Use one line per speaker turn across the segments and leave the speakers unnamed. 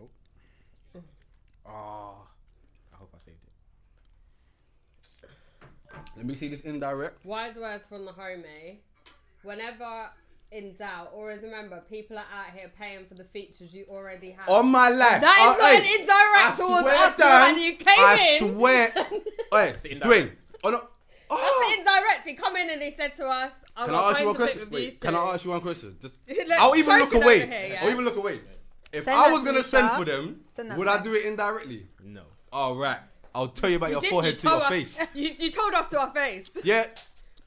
Oh.
Mm.
Ah. saved it.
Let me see this indirect.
Wise words from the homie. Whenever in doubt, always remember people are out here paying for the features you already have.
On my life.
That is
Oh,
not an
hey,
indirect
I
towards
swear,
us man.
Dan,
You came
I
in.
swear. Wait,
It's
Dwayne.
indirect.
Oh, no.
That's
Oh.
an indirect. He come in and he said to us, I
Can
want
I ask you one
loads of eh? bit
question?
of
Wait,
abuse
can I
today.
ask you one question? Just,
Look,
I'll even
poke
look
it over
away.
here, yeah.
I'll even look away. If
Send
I
that
was
to
gonna
me,
send
sir.
for them,
Send that
would
to
I
me.
do it indirectly?
No.
All right, I'll tell you about your
Didn't
forehead
you
to your
tell us-
face.
You, you told us to our face.
Yeah.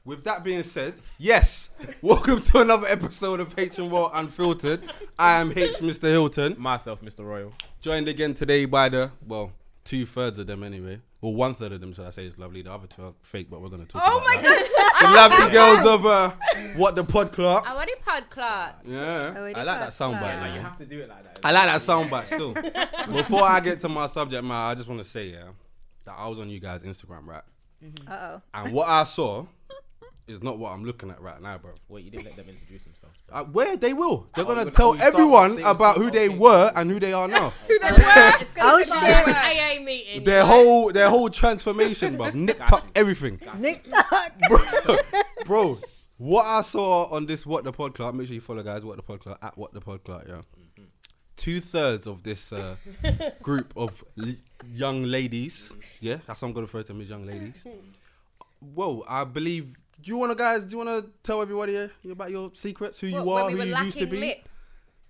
With that being said, yes. Welcome to another episode of H and Raw Unfiltered. I am H, Mr. Hilton.
Myself, Mr. Royal.
Joined again today by the well, two thirds of them anyway. Well, one third of them, should I say, is lovely. The other two are fake, but we're gonna talk.
Oh
about
my
that.
gosh.
The lovely girls of uh, what the pod club.
I want a pod clerk.
Yeah, I
Already
like that
pod club.
soundbite.
Like, you
man.
have to do it like that.
I like that soundbite still. Before I get to my subject matter, I just want to say yeah, that I was on you guys' Instagram, right?
Uh oh.
And what I saw is not what I'm looking at right now, bro.
Wait, you didn't let them introduce themselves. bro.
Uh, where they will, they're
Oh,
gonna
when-
tell
when you start
everyone
listening,
about who
okay.
they were and who they are now.
Who they were? It's gonna
Oh,
be like
shit.
an AA meeting.
their whole their whole transformation, bro. Nicked up
you.
everything,
Nick Tuck.
bro. bro. What I saw on this What the Pod Club, make sure you follow guys What the Pod Club at What the Pod Club, yeah.
Mm-hmm.
Two thirds of this uh, group of l- young ladies, yeah, that's what I'm gonna refer to them as young ladies. Whoa, I believe. Do you wanna guys? Do you wanna tell everybody uh, about your secrets, who you
What,
are,
when we
who
were
you used to
lacking
be?
lip.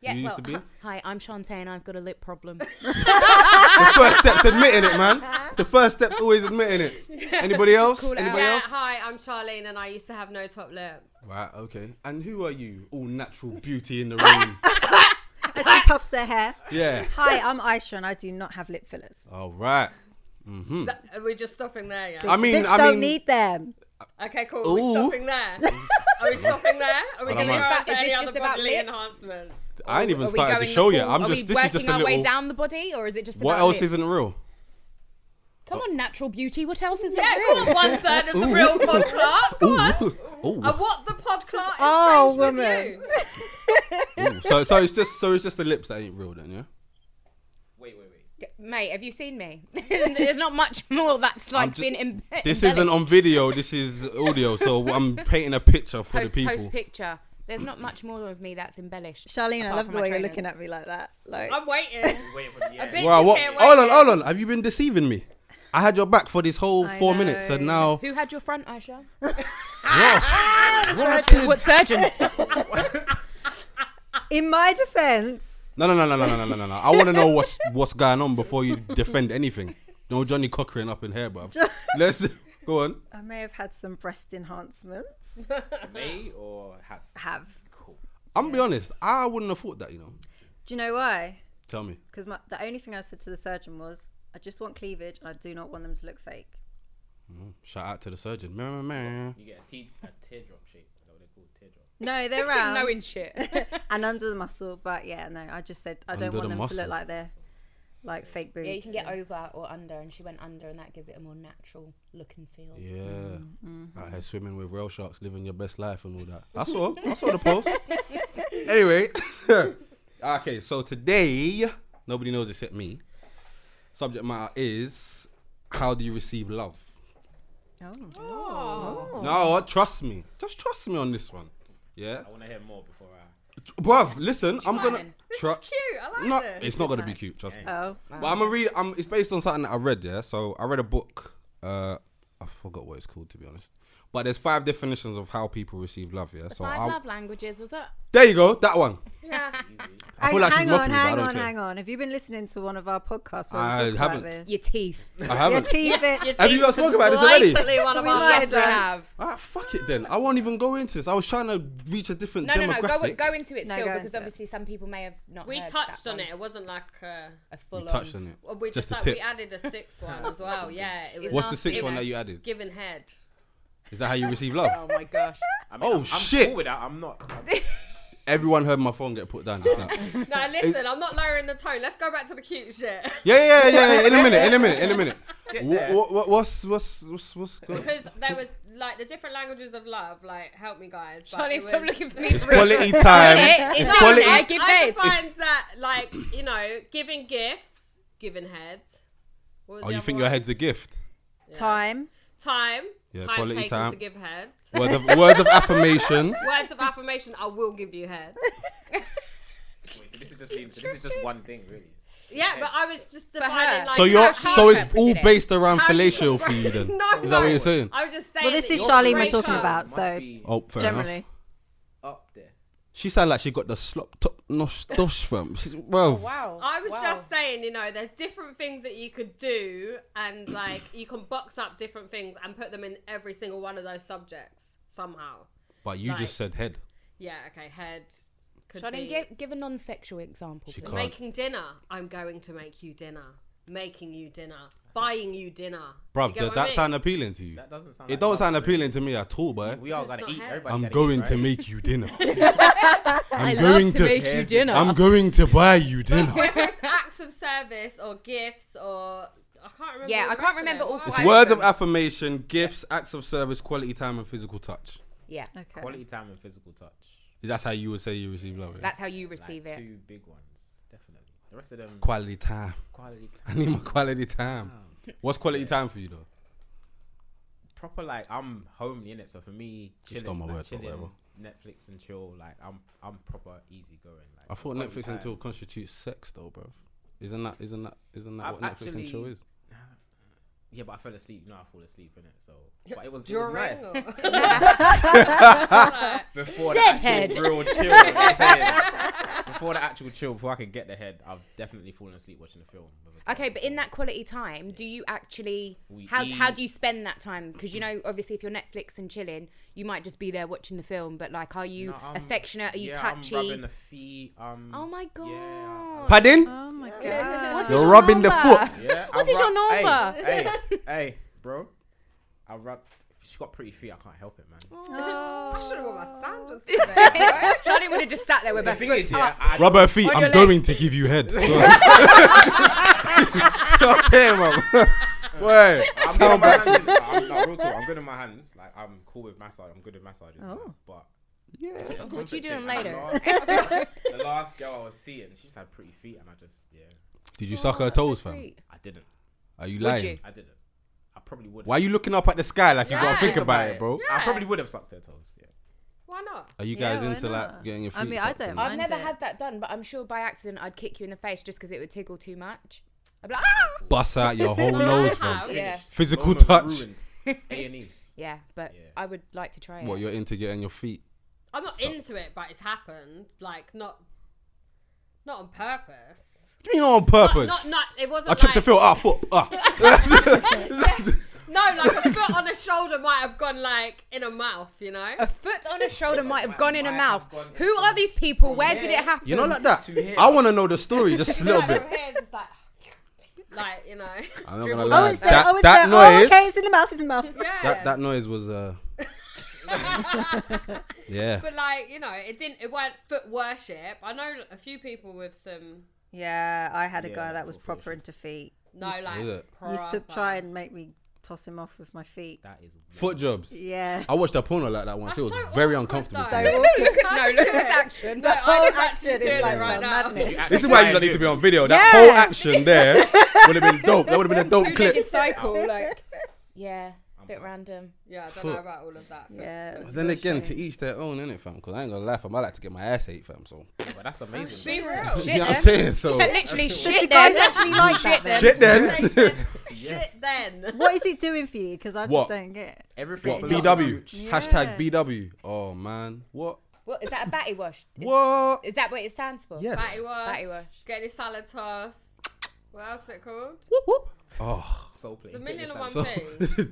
Yeah,
You used
well,
to be?
hi, I'm Shantae and I've got a lip problem.
The first step's admitting it, man. The first step's always admitting it. Anybody else?
Call it out.
Anybody
Yeah,
else?
hi, I'm Charlene and I used to have no top lip.
Right, okay. And who are you? All natural beauty in the room.
As she puffs her hair.
yeah.
Hi, I'm Aisha and I do not have lip fillers.
All right. Hmm.
That- Are we just stopping there, yeah?
I mean,
Bitch,
I
don't
mean,
need them.
Okay, cool. Are we
Ooh.
stopping there? Are we stopping there? Are we
Well,
going to
I'm
go
out.
on to
Is this
any
just
other
about
bodily
lips?
enhancements?
I ain't even
Are we
started the
going
show
the
yet.
full-
I'm
are
just.
we
This is just
working
a
our way
little.
down the body, or is it just
What
about
else
lips?
isn't real?
Come on, natural beauty. What else is
Yeah,
it?
go on, one third of the real pod clerk. Go on.
Ooh, ooh.
Oh.
And what the pod clerk is
Oh,
changed with
woman.
you?
ooh. So, so it's just, so it's just the lips that ain't real, then, yeah.
Wait, wait, wait.
Mate, have you seen me? There's not much more that's like
ju-
been. Em-
This
embellished.
isn't on video. This is audio. So I'm painting a picture for
post,
the people.
post picture. There's not much more of me that's embellished.
Charlene, I
Apart
love
from
the
my
way you're
trainers.
looking at me like that. Like,
I'm waiting.
Wait for the
A
end.
bitch
Wow,
is
what?
here
Hold on,
waiting.
hold on. Have you been deceiving me? I had your back for this whole
I
four
know.
minutes, and now
Who had your front, Aisha?
yes. What I did-
what surgeon?
in my defense,
No, no, no, no, no, no, no, no, no, no. I want to know what's what's going on before you defend anything. No Johnny Cochran up in here, bruv. Let's go on.
I may have had some breast enhancements.
May or have?
Have.
Cool.
I'm be honest. I wouldn't have thought that. You know.
Do you know why?
Tell me.
Because the only thing I said to the surgeon was, I just want cleavage and I do not want them to look fake.
Shout out to the surgeon. Meh, meh, meh.
You get a, te- a teardrop shape. Is that what they call it? Teardrop.
No, they're round
Knowing shit.
and under the muscle. But yeah, no, I just said I don't
Under
want
the
them to
muscle.
look like they're like fake boobs.
yeah, you can get over or under, and she went under, and that gives it a more natural look and feel.
Mm-hmm.
Yeah. Out here swimming with whale sharks, living your best life and all that. I saw. I saw the post. anyway. okay. So today, nobody knows except me. Subject matter is how do you receive love?
Oh.
No, trust me. Just trust me on this one. Yeah.
I want to hear more before I.
Bruv, listen, I'm gonna. Tru-
Oh, Cute, I like
no,
this.
it's not gonna be cute. Trust me.
Oh,
But I'm gonna read. Um, it's based on something that I read. Yeah, so I read a book. Uh, I forgot what it's called to be honest. But there's five definitions of how people receive love. Yeah, so
Five
I'll,
love languages, is that?
there you go. That one. I
hang,
feel like she's
hang
mocking
on,
me, but I
hang
don't
on,
care.
hang on. Have you been listening to one of our podcasts? Where
I
we talk
haven't.
About this?
Your teeth.
I
Your
haven't.
teeth. it-
Have you guys spoken about this already?
Blatantly one of
We
our
lied
last
to her.
ones.
have.
Ah, fuck it then. I won't even go into this. I was trying to reach a different
No, no, no.
demographic.
Go, go into it
No,
still
go
because
into it.
obviously some people may have not.
We
heard
touched
that
on
one.
it. It wasn't like uh,
A
You
full
touched
on.
on it.
we just,
Just a
like
tip.
we added a sixth one as well. Yeah, it was
What's the
nasty.
sixth
It
one
was
that you added?
Given head.
Is that how you receive love?
Oh my gosh.
I
Oh,
I'm, I'm
shit.
Cool with that. I'm not. I'm,
Everyone heard my phone get put down just now.
No, listen, I'm not lowering the tone. Let's go back to the cute shit.
Yeah, yeah, yeah, yeah, yeah. In a minute, in a minute, in a minute.
there.
What, what, what's, what's, what's, what's good?
Because there was like the different languages of love. Like, help me, guys. but
Charlie,
it
stop
was-
looking for me.
It's quality time.
It's
It's
No,
quality.
I,
give
I
head.
find that like you know, giving gifts, giving head, What was
Oh,
the
you
other
think
one?
your head's a gift?
Yeah.
Time.
Time.
Yeah,
time
quality
taken
time.
to give head.
Words of, words of affirmation.
Words of affirmation. I will give you head.
Wait, so this is just so this is just one thing, really.
Yeah, but I was just
her.
defining, like,
So
Like,
you're
how
so it's
carpet
all
did it.
based around
How you-
fellatio for you then.
No,
Is that what
no.
you're saying?
I was just saying.
Well, this
that
is
your
Charlene we're
breakup
talking about,
must
so
be
Oh, fair enough.
generally.
up there.
She sounded like she got the slop top nosh dosh from. She's, well,
Wow.
I was
wow.
just saying, you know, there's different things that you could do, and like you can box up different things and put them in every single one of those subjects somehow.
but you
Like-
just said head.
Yeah, okay, head. Could
Charlene,
be
give, give a non sexual example.
She
please.
can't.
making dinner. I'm going to make you dinner. Making you dinner. Buying you dinner. You
Bruv,
get
does
what I
that
mean?
sound appealing to you?
That doesn't sound.
It
like
don't
love,
sound
does it?
appealing to me at all, boy.
We all gotta
not
eat.
healthy.
Everybody
I'm
gotta
going
eat, right?
to make you dinner. I'm
I
going
love to, make you
Yes,
dinner.
I'm going to buy you dinner.
Whether it's acts of service or gifts or I can't remember.
Yeah,
all the
I can't
rest of
remember
it.
all
Why?
It's
five.
words of affirmation, gifts, acts of service, quality time, and physical touch.
yeah,
Okay.
Quality time and physical touch.
That's how you would say you receive love. yeah?
that's how you
Like,
receive it.
Two big ones, definitely. The rest of them
quality time.
quality time.
I need my quality time. What's quality time for you though?
proper like I'm homely in it, so for me,
Just
chilling,
on my
like,
words, but
chilling,
whatever.
Netflix and chill. Like I'm, I'm proper easy going. Like
I thought
quality
Netflix
time.
and chill constitutes sex though, bro. Isn't that isn't that isn't that
I've
what Netflix and
actually-
chill is?
Yeah, but I fell asleep. You know, I fall asleep in it. So, but it was, it was
During
nice
or-
before
Deadhead.
the actual real chill. you know what I'm saying? before the actual chill, before I could get the head, I've definitely fallen asleep watching the film. with a
Okay, but in that quality time, do you actually
We
how how
eat.
do you spend that time? Because you know, obviously, if you're Netflix and chilling, you might just be there watching the film. But like, are you
No, I'm-
affectionate? Are you
yeah,
touchy?
I'm rubbing the feet. Um,
oh my god!
Yeah,
Padding?
Oh my
What
god.
is
You're
your
rubbing the
number?
foot.
Yeah,
What
I
is your
rub-
number?
Hey, hey, hey, bro. I rubbed. She's got pretty feet. I can't help it, man.
Oh.
I should have worn my sandals. today.
Charlie would have just sat there with
The
her
thing
foot
is, yeah,
up.
I,
Rub her feet.
On
I'm
your
going to give you head. Go on. okay, man. Wait.
I'm good in my hands. I'm, no, real talk, I'm good in my hands. Like I'm cool with massage. I'm good with massages. and that, But it's just a
Oh. What you
comfort thing.
doing later?
And The last, the last girl I was seeing, she just had pretty feet, and I just yeah,
Did you suck her toes, fam?
Sweet.
I didn't.
Are you
Would
lying?
you?
I didn't. I probably would.
Why are you looking up at the sky like you
Yeah.
gotta think about it, bro?
I probably would have sucked her toes. Yeah.
Why not?
Are you
Yeah,
guys
why
into like
not?
getting your feet?
I mean, I
sucked
don't
in?
mind.
I've never
it.
had that done, but I'm sure by accident I'd kick you in the face just because it would tickle too much. I'd be like, ah!
Bust out your whole
I
nose,
have.
fam.
Yeah.
Finished.
Physical
Moment
touch.
ruined. A and E.
Yeah, but
Yeah.
I would like to try it.
What you're into getting your feet?
I'm not
So-
into it, but it's happened. Like not, not on purpose.
What do you mean on
Not,
purpose?
not, not- it wasn't.
I tripped
like,
the field. Ah, foot. Ah.
No, like a foot on a shoulder might have gone like in a mouth, you know.
a foot on a shoulder might have gone in a
Might
mouth.
have gone in
Who
from-
are these people?
from
Where did
here.
it happen?
You're not like that.
To here.
I want to know the story just a little
Like,
bit. Uh,
from here, it's just like, like you know.
I'm not gonna
Oh,
lie.
it's there.
that
oh, it's
that
there. Oh,
noise.
okay, it's in the mouth. It's in the mouth.
Yeah.
That that noise was uh. yeah.
But like you know, it didn't. It weren't foot worship. I know a few people with some.
Yeah, I had a
Yeah,
guy
like
that was
foot
proper
fetishes.
into feet.
No, like
Is it?
Used to
proper.
try and make me toss him off with my feet.
That is. wild.
Foot jobs.
Yeah.
I watched a porno like that once.
That's
It was
so
very
awkward,
uncomfortable.
though.
for me.
So-
look at, no, look at this action.
But
I
I was
was
actually
actually
doing
doing
it
like
right
that.
now.
madness.
You actually
This is why you
tried
don't need to
it.
be on video. That
Yeah.
whole action there would have been dope. That would have been a dope
Two-legged
clip.
cycle, like, yeah, bit random.
Yeah, I don't know
Foot.
about all of that. foot.
Yeah.
But then again, to each their own, innit, fam? Because I ain't gonna lie, fam. I like to get my ass ate, fam. So
But that's amazing.
Be
man.
real.
you know what I'm
then.
saying? So
Literally, shit.
the guys
then.
actually like
Shit
that then?
shit then.
Yes.
Shit then.
What is he doing for you? Because I just
What?
don't get it.
Everything.
What
below
BW?
the
Hashtag BW. Oh man, what?
What, is that a batty wash? Is,
What?
is that what it stands for?
Yes.
Batty wash.
Batty wash.
Get your salad toss. What else is it called?
Oh,
Soul plate.
The million and one
so
things.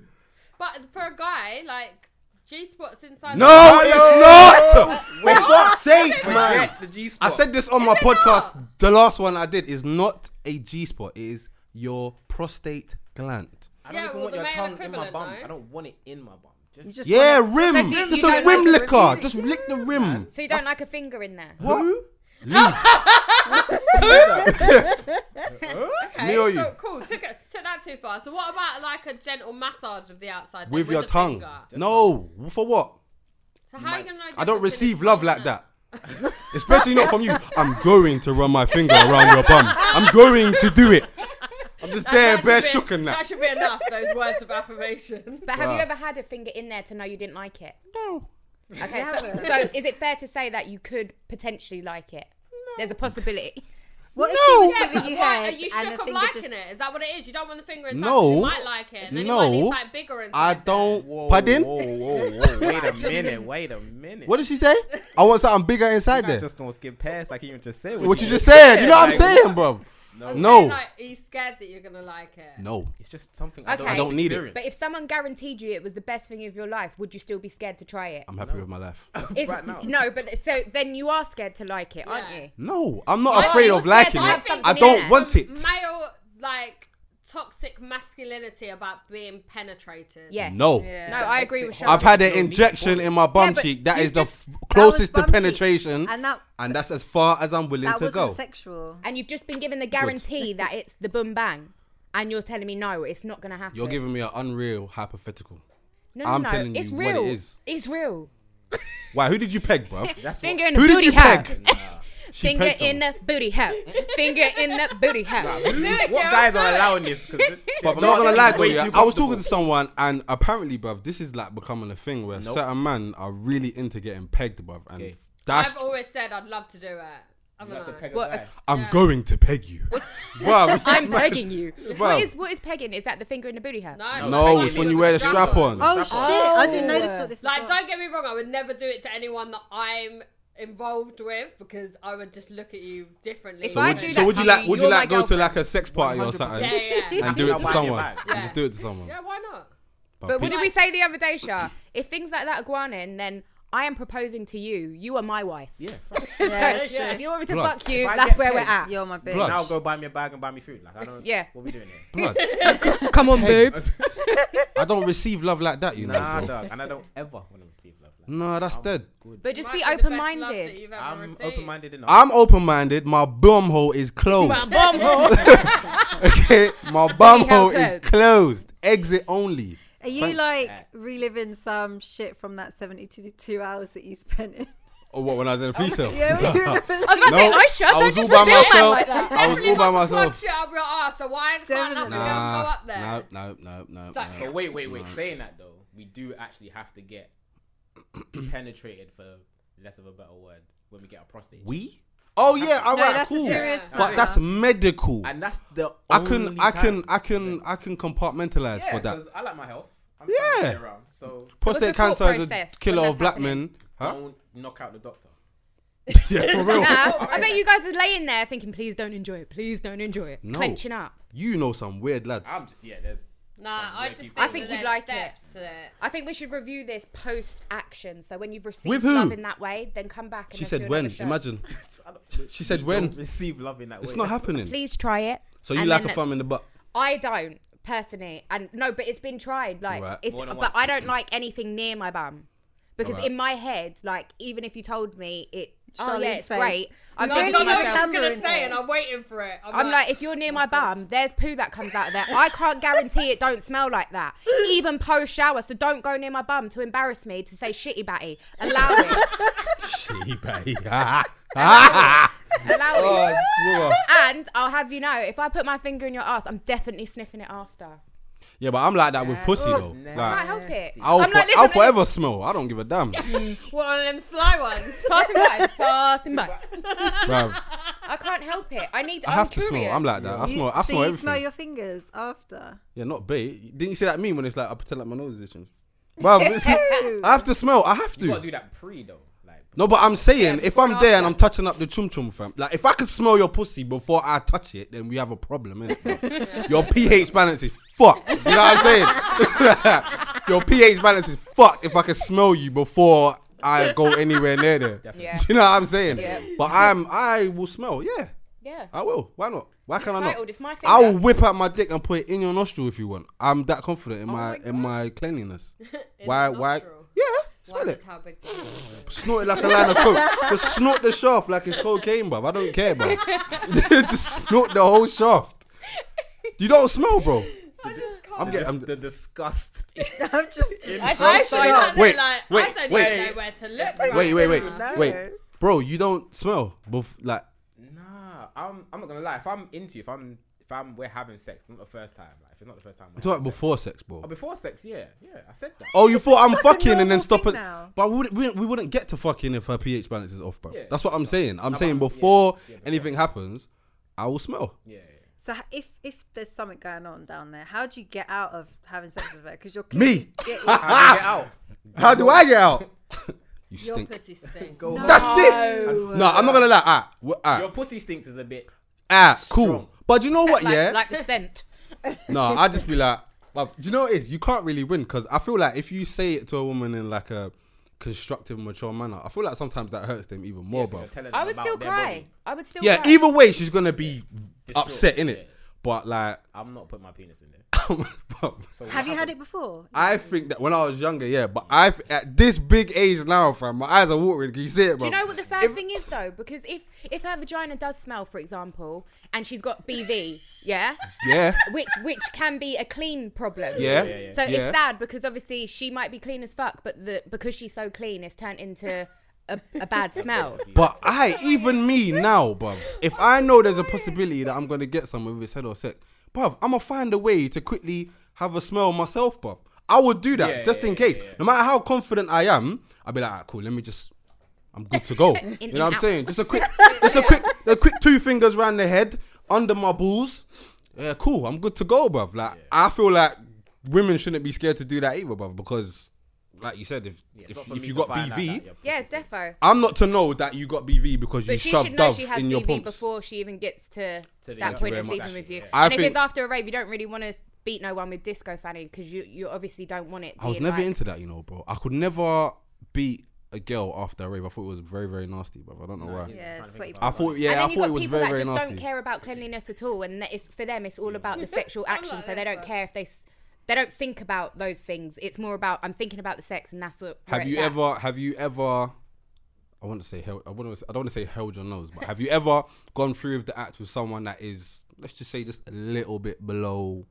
But for a guy, like G spots inside.
no,
the-
it's not. For fuck's sake, man!
Forget the G
I
spot.
said this on my podcast. The last one I did is not a G spot. It is your prostate gland.
I don't
Yeah,
even
well,
want
the
your
male
tongue in my
equivalent,
bum.
no?
I don't want it in my bum. Just,
just
Yeah,
wanna-
rim.
do you-
Just
you
a
don't
rim
like
licker.
to
Just lick the rim.
So you don't like a finger in there?
What? Leave.
Okay,
Me or
so
you?
cool. Took, it, took that too far. So what about like a gentle massage of the outside then,
With your
the
tongue.
finger?
No. For what?
So how are you gonna know
I don't
difference in
receive
the
love
two,
like
innit?
that. Especially not from you. I'm going to run my finger around your bum. I'm going to do it. I'm just there,
That
bare
should be-
shook and
That
that.
should be enough. Those words of affirmation.
But have you
Wow.
ever had a finger in there to know you didn't like it?
No.
Okay, so, so is it fair to say that you could potentially like it? There's a possibility.
What if she
No.
was
Yeah,
giving
but
you
why are
head
you
and
shook
the
of
finger
liking
just...
it? Is that what it is? You don't want the finger inside.
No.
No, you might like it. And then
No.
you might need, like bigger inside.
I don't. Pardon?
Whoa, whoa, whoa. Wait a minute. Wait a minute.
What did she say? I want something bigger inside
I'm
there.
just gonna skip past like you just said.
What you just said. You know what
like,
I'm saying, bro?
Then.
No.
Like, he's scared that you're gonna like it.
No.
It's just something I don't,
Okay.
I don't need it.
But if someone guaranteed you it was the best thing of your life, would you still be scared to try it?
I'm happy with my life.
Is-
right now.
No, but so then you are scared to like it, aren't
Yeah.
you?
No, I'm not
Why
afraid
are you
of
scared
liking
to have
it.
something
I
in
don't
there?
want it.
Male like toxic masculinity about being penetrated.
Yeah.
No.
Yeah.
No, I agree with Sharon.
I've had an
Don't need
injection
to
in my bum
Yeah, but
cheek. That
you
is the
just-
f-
That was
closest to
bum cheek.
penetration, and,
and that
that's as far as I'm willing
that
to
wasn't
go.
sexual.
and you've just been given the guarantee that it's the boom bang, and you're telling me no, it's not gonna happen.
You're giving me an unreal hypothetical.
no, no,
I'm
no,
telling
it's
you what
real.
it is.
It's real.
Why? Who did you peg, bro?
That's what-
Finger in the
Who did
booty
you
hole.
peg? She
Finger
pegged
in
someone.
the booty hole. Finger in the booty hole.
what guys are allowing this? Cause it-
But
it's
I'm not gonna
it's
lie, though,
way
yeah,
too
I was
comfortable.
talking to someone, and apparently, bruv, this is like becoming a thing where
Nope.
certain men are really into getting pegged, bruv. And
Okay.
that's
I've always said I'd love to do it. I'm
You have to
gonna.
peg a
What
guy.
if-
I'm going to peg you, bruv. it's just
I'm
mad.
pegging you.
Wow.
What is what is pegging? Is that the finger in the booty hole?
No,
No,
like,
it's when you wear the strap on.
Oh,
That's
shit!
all.
I didn't notice what this is.
Like,
for.
don't get me wrong. I would never do it to anyone that I'm involved with because I would just look at you differently.
If
So
I
would,
do
you,
that
so would
to
you like?
you,
Would you
you're
like
my
go to like a sex party or
100%.
something
yeah, yeah. yeah.
and do
Yeah.
it to
Yeah.
someone?
Yeah.
Just do it to someone.
Yeah, why not?
But
pe-
what did we say the other day, Shah? if things like that are going in, then I am proposing to you. You are my wife.
Yeah, fuck.
Yeah,
So
sure.
If you want me to
Blood.
fuck you,
If I
that's
get
where we're
pegged,
at.
You're my bitch.
Blood.
now go buy me a bag and buy me food. Like I don't.
Yeah.
What we doing here?
blood.
Come on, boobs.
I don't receive love like that, you know.
Nah,
bro.
dog. And I don't ever want to receive love. Like,
No, that's dead.
good.
But just
Might
be
the best
open
love that
minded.
you've ever
I'm
received.
open-minded enough.
I'm open-minded. My bum hole is closed. okay, my bum hole is
closed.
closed. Exit only.
Are you like reliving some shit from that 72 hours that you spent in?
Oh, what? When I was in a police cell?
Yeah, when you remember
I was about to say, I shall.
I was all
Don't just
by
reveal that
myself.
like that.
I was all by myself.
Shit up your ass. "Ah, So why can't nothing
Definitely.
else go up there?
no, no, no, no.
like-
no.
But wait, wait, wait.
Mm.
Saying that though, we do actually have to get penetrated for less of a better word when we get a prostate.
We? Oh yeah, all
No,
right,
that's
cool.
a serious.
Yeah.
But that's medical.
and that's the
I can,
only
I can,
time.
I can, I can compartmentalize
yeah,
for that.
'cause I like my health. I'm trying to
Yeah.
get around, so
Prostate
the thought
cancer is a
process
killer
when
of
that's
black
happening?
men. Huh?
don't knock out the doctor.
Yeah, for real.
Nah, I bet you guys are laying there thinking, please don't enjoy it. Please don't enjoy it.
No.
Clenching up.
You know some weird lads.
I'm just yeah. There's
Nah, I
weird
just think
people.
I think
that
you'd
there's
like
steps to it.
I think we should review this post action. So when you've received
With who?
love in that way, then come back and
She
let's do
said
another
when?
show.
Imagine.
I don't-
She said
you
when?
don't receive love in that
It's
way.
not
That's-
happening.
Please try it.
So you
and
like
then
a thumb
let's-
in the butt.
I don't personally, and no, but it's been tried. Like
Right.
it's,
More than once.
but I don't like anything near my bum because
Alright.
in my head, like even if you told me it, oh yeah,
Charlie's
it's
face.
great. I'm
No,
I
thinking
no,
to
don't know
no,
what
myself.
I was
camera
gonna
in
say,
there.
and I'm waiting for it.
I'm like, if you're
Oh
near my bum, there's poo that comes out of there. I can't guarantee it don't smell like that, even post shower. So don't go near my bum to embarrass me to say shitty batty. Allow it,
She baby. oh,
allow it.
bro.
And I'll have you know, if I put my finger in your ass, I'm definitely sniffing it after.
Yeah, but I'm like that with pussy though.
Nah.
I can't
Like,
help it.
I'll,
I'm
for-
like,
I'll
listen,
forever smell. I don't give a damn,
what one of them sly ones?
Passing by, passing by.
bruv.
I can't help it. I need.
I
I'm
have to
curious.
smell. I'm like that. I
You-
smell. I
so
smell
you
everything.
smell your fingers after.
yeah, not bait. Didn't you see that meme when it's like I pretend like my nose is itching? Bruv, it's- I have to smell. I have
You gotta
to.
do that pre though. Like
No, but I'm saying
Yeah,
if
before
I'm
and
there and I'm
after.
touching up the chum chum, fam. Like if I could smell your pussy before I touch it, then we have a problem, innit? Your pH balance is fucked. Do you know what I'm saying? your pH balance is fucked if I can smell you before I go anywhere near there.
Definitely.
Yeah.
Do you know what I'm saying?
Yeah.
But I'm I will smell, yeah.
Yeah.
I will. Why not? Why can't I
Entitled,
not?
it's my
I will
finger.
whip out my dick and put it in your nostril if you want. I'm that confident in my, in my cleanliness. why?
the
Why?
nostril?
Yeah.
Why
Smell it.
does how big?
Snort it like a line of coke. Just snort the shaft like it's cocaine, bruv. I don't care, bruv. Just snort the whole shaft. You don't smell, bro.
I just can't.
I'm
the,
getting. I'm,
the disgust.
I'm just.
I
I
should, I
should not wait,
Wait,
like,
wait,
I don't
wait.
even know where to look.
wait,
right
wait, wait,
now.
No.
wait, bro. You don't smell, bef- like
Nah, I'm. I'm not gonna lie. If I'm into you, if I'm if I'm we're having sex, not the first time. Like, if it's not the first time, we're
Do it
having sex.
before sex, bro.
Oh, before sex, yeah, yeah. I said that.
Oh, you thought I'm
like a
fucking and then
normal
stop it.
thing now.
But we wouldn't, we, we wouldn't get to fucking if her pH balance is off, bro.
Yeah.
That's what I'm saying. I'm
No,
saying
but- yeah,
before
yeah, but
anything happens, I will smell.
Yeah, yeah.
So h- if if there's something going on down there, how do you get out of having sex with her? Because you're
Me? Ah!
clearly getting-
How do you get out?
How do I get out? you
Your
stink.
pussy stink.
Go home.
That's it. No, I'm not gonna lie. Ah, wh-
Your
ah,
pussy stinks is a bit.
ah,
strong.
cool. But you know what?
Like,
yeah.
like the scent.
No, I just be like, well, do you know what it is? You can't really win because I feel like if you say it to a woman in like a constructive, mature manner, I feel like sometimes that hurts them even more, bro.
because you're telling
I
them
would
about
still
their
cry.
body.
I would still.
Yeah,
cry.
either way, she's gonna be
Distraught,
upset in it.
yeah.
But like,
I'm not putting my penis in there.
but
So
Have you had it
happens?
before?
I think that when I was younger, yeah. But I th- at this big age now, fam, my eyes are watering. Can you see it,
Do
bro?
you know what the sad thing is though? Because if if her vagina does smell, for example, and she's got BV, yeah,
Yeah.
which which can be a clean problem.
Yeah.
Yeah, yeah,
So
yeah.
it's sad because obviously she might be clean as fuck, but the because she's so clean, it's turned into a, a bad smell.
But I, even me now, bruv, if I know there's a possibility that I'm gonna get someone with head or sex, bruv, I'ma find a way to quickly have a smell myself, bruv. I would do that
Yeah,
just
yeah,
in
yeah,
case.
yeah.
No matter how confident I am, I'll be like, "Alright, cool, let me just I'm good to go. you
and
know what I'm
out.
saying? Just a quick just a quick a quick two fingers round the head, under my balls. Yeah, cool, I'm good to go, bruv. Like I feel like women shouldn't be scared to do that either, bruv, because like you said, if
Yeah, it's
if,
not for
if
me
you
to
got
find out
BV,
that your pussy
Yeah,
stinks.
defo.
I'm not to know that you got BV because you
But she
shoved
should know
dove
she has
in your
BV
pumps.
before she even gets to,
To the-
that
Thank
point
you
of
very
sleeping
much.
with you.
Yeah.
I
and if
think-
it's after a rave, you don't really want to beat no one with disco fanny because you you obviously don't want it.
I was
being
never
like-
into that, you know, bro. I could never beat a girl after a rave. I thought it was very, very nasty, bro. I don't know why.
I'm trying
Yeah,
to
sweaty.
think
I
about
thought,
that.
and
yeah,
then
I
you've
thought
got
it was
people
very,
that
very
just
nasty.
don't care about cleanliness at all, and that is for them. It's all about the sexual action, so they
this
don't
one.
care if they s- they don't think about those things. It's more about I'm thinking about the sex, and that's what. where
Have you
it's at.
ever? Have you ever? I want to say held. I want to. I don't want to say held your nose, but have you ever gone through with the act with someone that is, let's just say, just a little bit below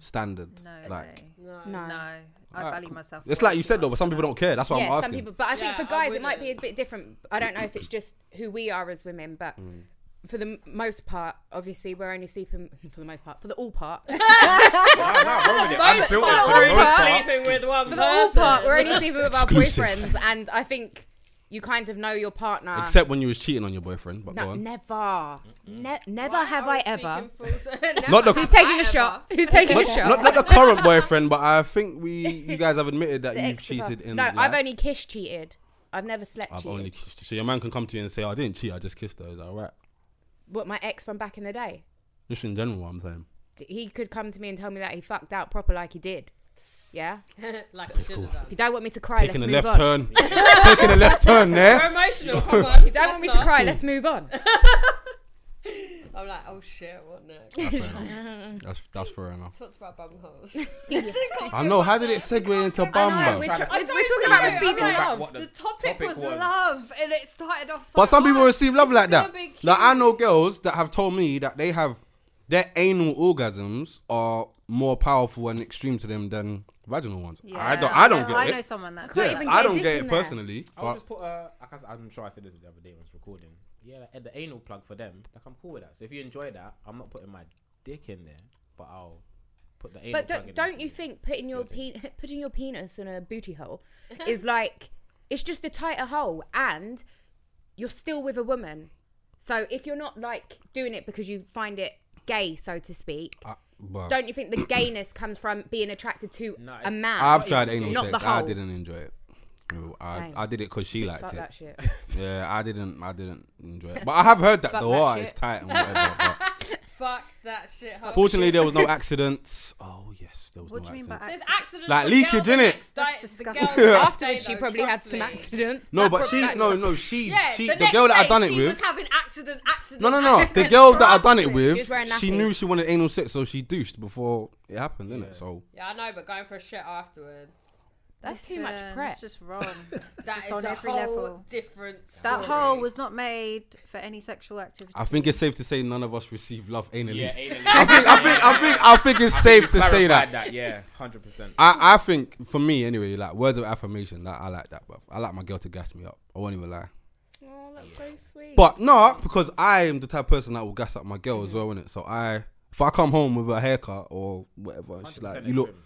standard?
Mm. No,
like uh,
way.
No.
No.
no. I value myself.
it's
way
like you
too
said though,
much
but some
for
people
that.
don't care. That's why I'm
Yeah,
asking.
some people, but I think
Yeah,
for
I
guys it might be a
wouldn't.
bit different. I don't know if it's just who we are as women, but
Mm.
for the m- most part, obviously we're only sleeping for the most part, for the all part, for
Wow, wow, wrong with it. I'm filtered for the
Both
most
parts.
part.
Sleeping with one
the all
person.
part, we're only sleeping with our
Exclusive.
boyfriends, and I think you kind of know your partner.
Except when you was cheating on your boyfriend. But go
no,
on.
never, ne- never
Why
have
are we
I ever.
speaking full- Never
Not the-
Who's
have
taking
I
a
ever.
shot? Who's taking a
not,
shot?
not, not the current boyfriend, but I think we you guys have admitted that
The
you've
extra
cheated
part.
in.
No,
life.
I've only kiss cheated. I've never slept
I've
cheated.
only kissed- so your man can come to you and say, "I didn't cheat. I just kissed her." Is that all right?
What my ex from back in the day?
Just in general, I'm saying.
D- He could come to me and tell me that he fucked out proper like he did. Yeah.
like you should have done.
If you don't want me to cry,
Taking a
let's
left
move on.
turn. Taking a left turn
We're
there.
emotional. Come on.
If you don't want me to cry, let's move on.
I'm like, oh shit, what next?
That's that's fair enough.
Talked about bum holes.
I know. How did it segue into
I know,
bum?
we're,
bruv?
tr-
I
we're,
don't
we're talking
know,
about
I'm
receiving
like,
love.
What
the
the
topic,
topic
was,
was.
love, and it started off. So
But some people
hard.
receive love like
It's gonna
that.
be cute.
Like I know girls that have told me that they have their anal orgasms are more powerful and extreme to them than vaginal ones. I don't. I don't
know-
get
I
it.
know someone that's
Can't
like
Yeah,
even
that.
get
I
a
don't
dick
get
in
it
there.
personally.
I would
But
just put a. Like I said- I'm sure I said this the other day when I was recording. Yeah, like, at the anal plug for them. Like I'm cool with that. So if you enjoy that, I'm not putting my dick in there, but I'll put the anal.
But
plug
don't,
in
don't
there.
you think putting your
Guilty.
pe- putting your penis in a booty hole is like it's just a tighter hole, and you're still with a woman. So if you're not like doing it because you find it gay, so to speak,
I- bruv.
don't you think the gayness comes from being attracted to
No,
a
it's-
man?
I've tried anal
Not the
sex. I
whole.
didn't enjoy it. No, I,
Same.
I did it because she liked
Fuck
it.
that shit.
Yeah, I didn't. I didn't enjoy it. But I have heard that
Fuck
the
that
oh,
shit.
it's tight and whatever. but
Fuck that shit. hole.
fortunately, there was no accidents. Oh yes, there was
What
no
do you mean by
accidents.
There's accidents.
accident?
Like
the
leakage,
girl the
innit?
next
That's
day- the
disgusting.
girl the next
Afterwards,
day,
she
though,
probably had
trust
some
me.
accidents.
no,
That
but
probably-
she,
that
no,
just-
no, she,
Yeah,
she,
the,
the,
next
girl that I
day,
done it
she
with.
was having accident, accident.
No, no, no. The
accident
girl that I
throughout
done
it.
it
was
with,
wearing
she
nappies.
knew she wanted anal sex, so she douched before it happened, didn't
Yeah.
it? So
Yeah, I know, but going for a shit afterwards.
That's too much
Listen,
prep.
It's just wrong.
That is
Just on
a
every
whole
level.
different.
That
story.
hole was not made for any sexual activity.
I think it's safe to say none of us receive love anally.
Yeah,
I
anally.
think, I think, I think, I think it's safe to say that.
Clarified that. Yeah, hundred percent.
I, I think for me anyway, like words of affirmation, like I like that, but I like my girl to gas me up. I won't even lie.
Oh, that's so sweet.
But no, because I am the type of person that will gas up my girl as well, innit? So I If I come home with a haircut or whatever, she's
100%
like,
they
you look,
trim.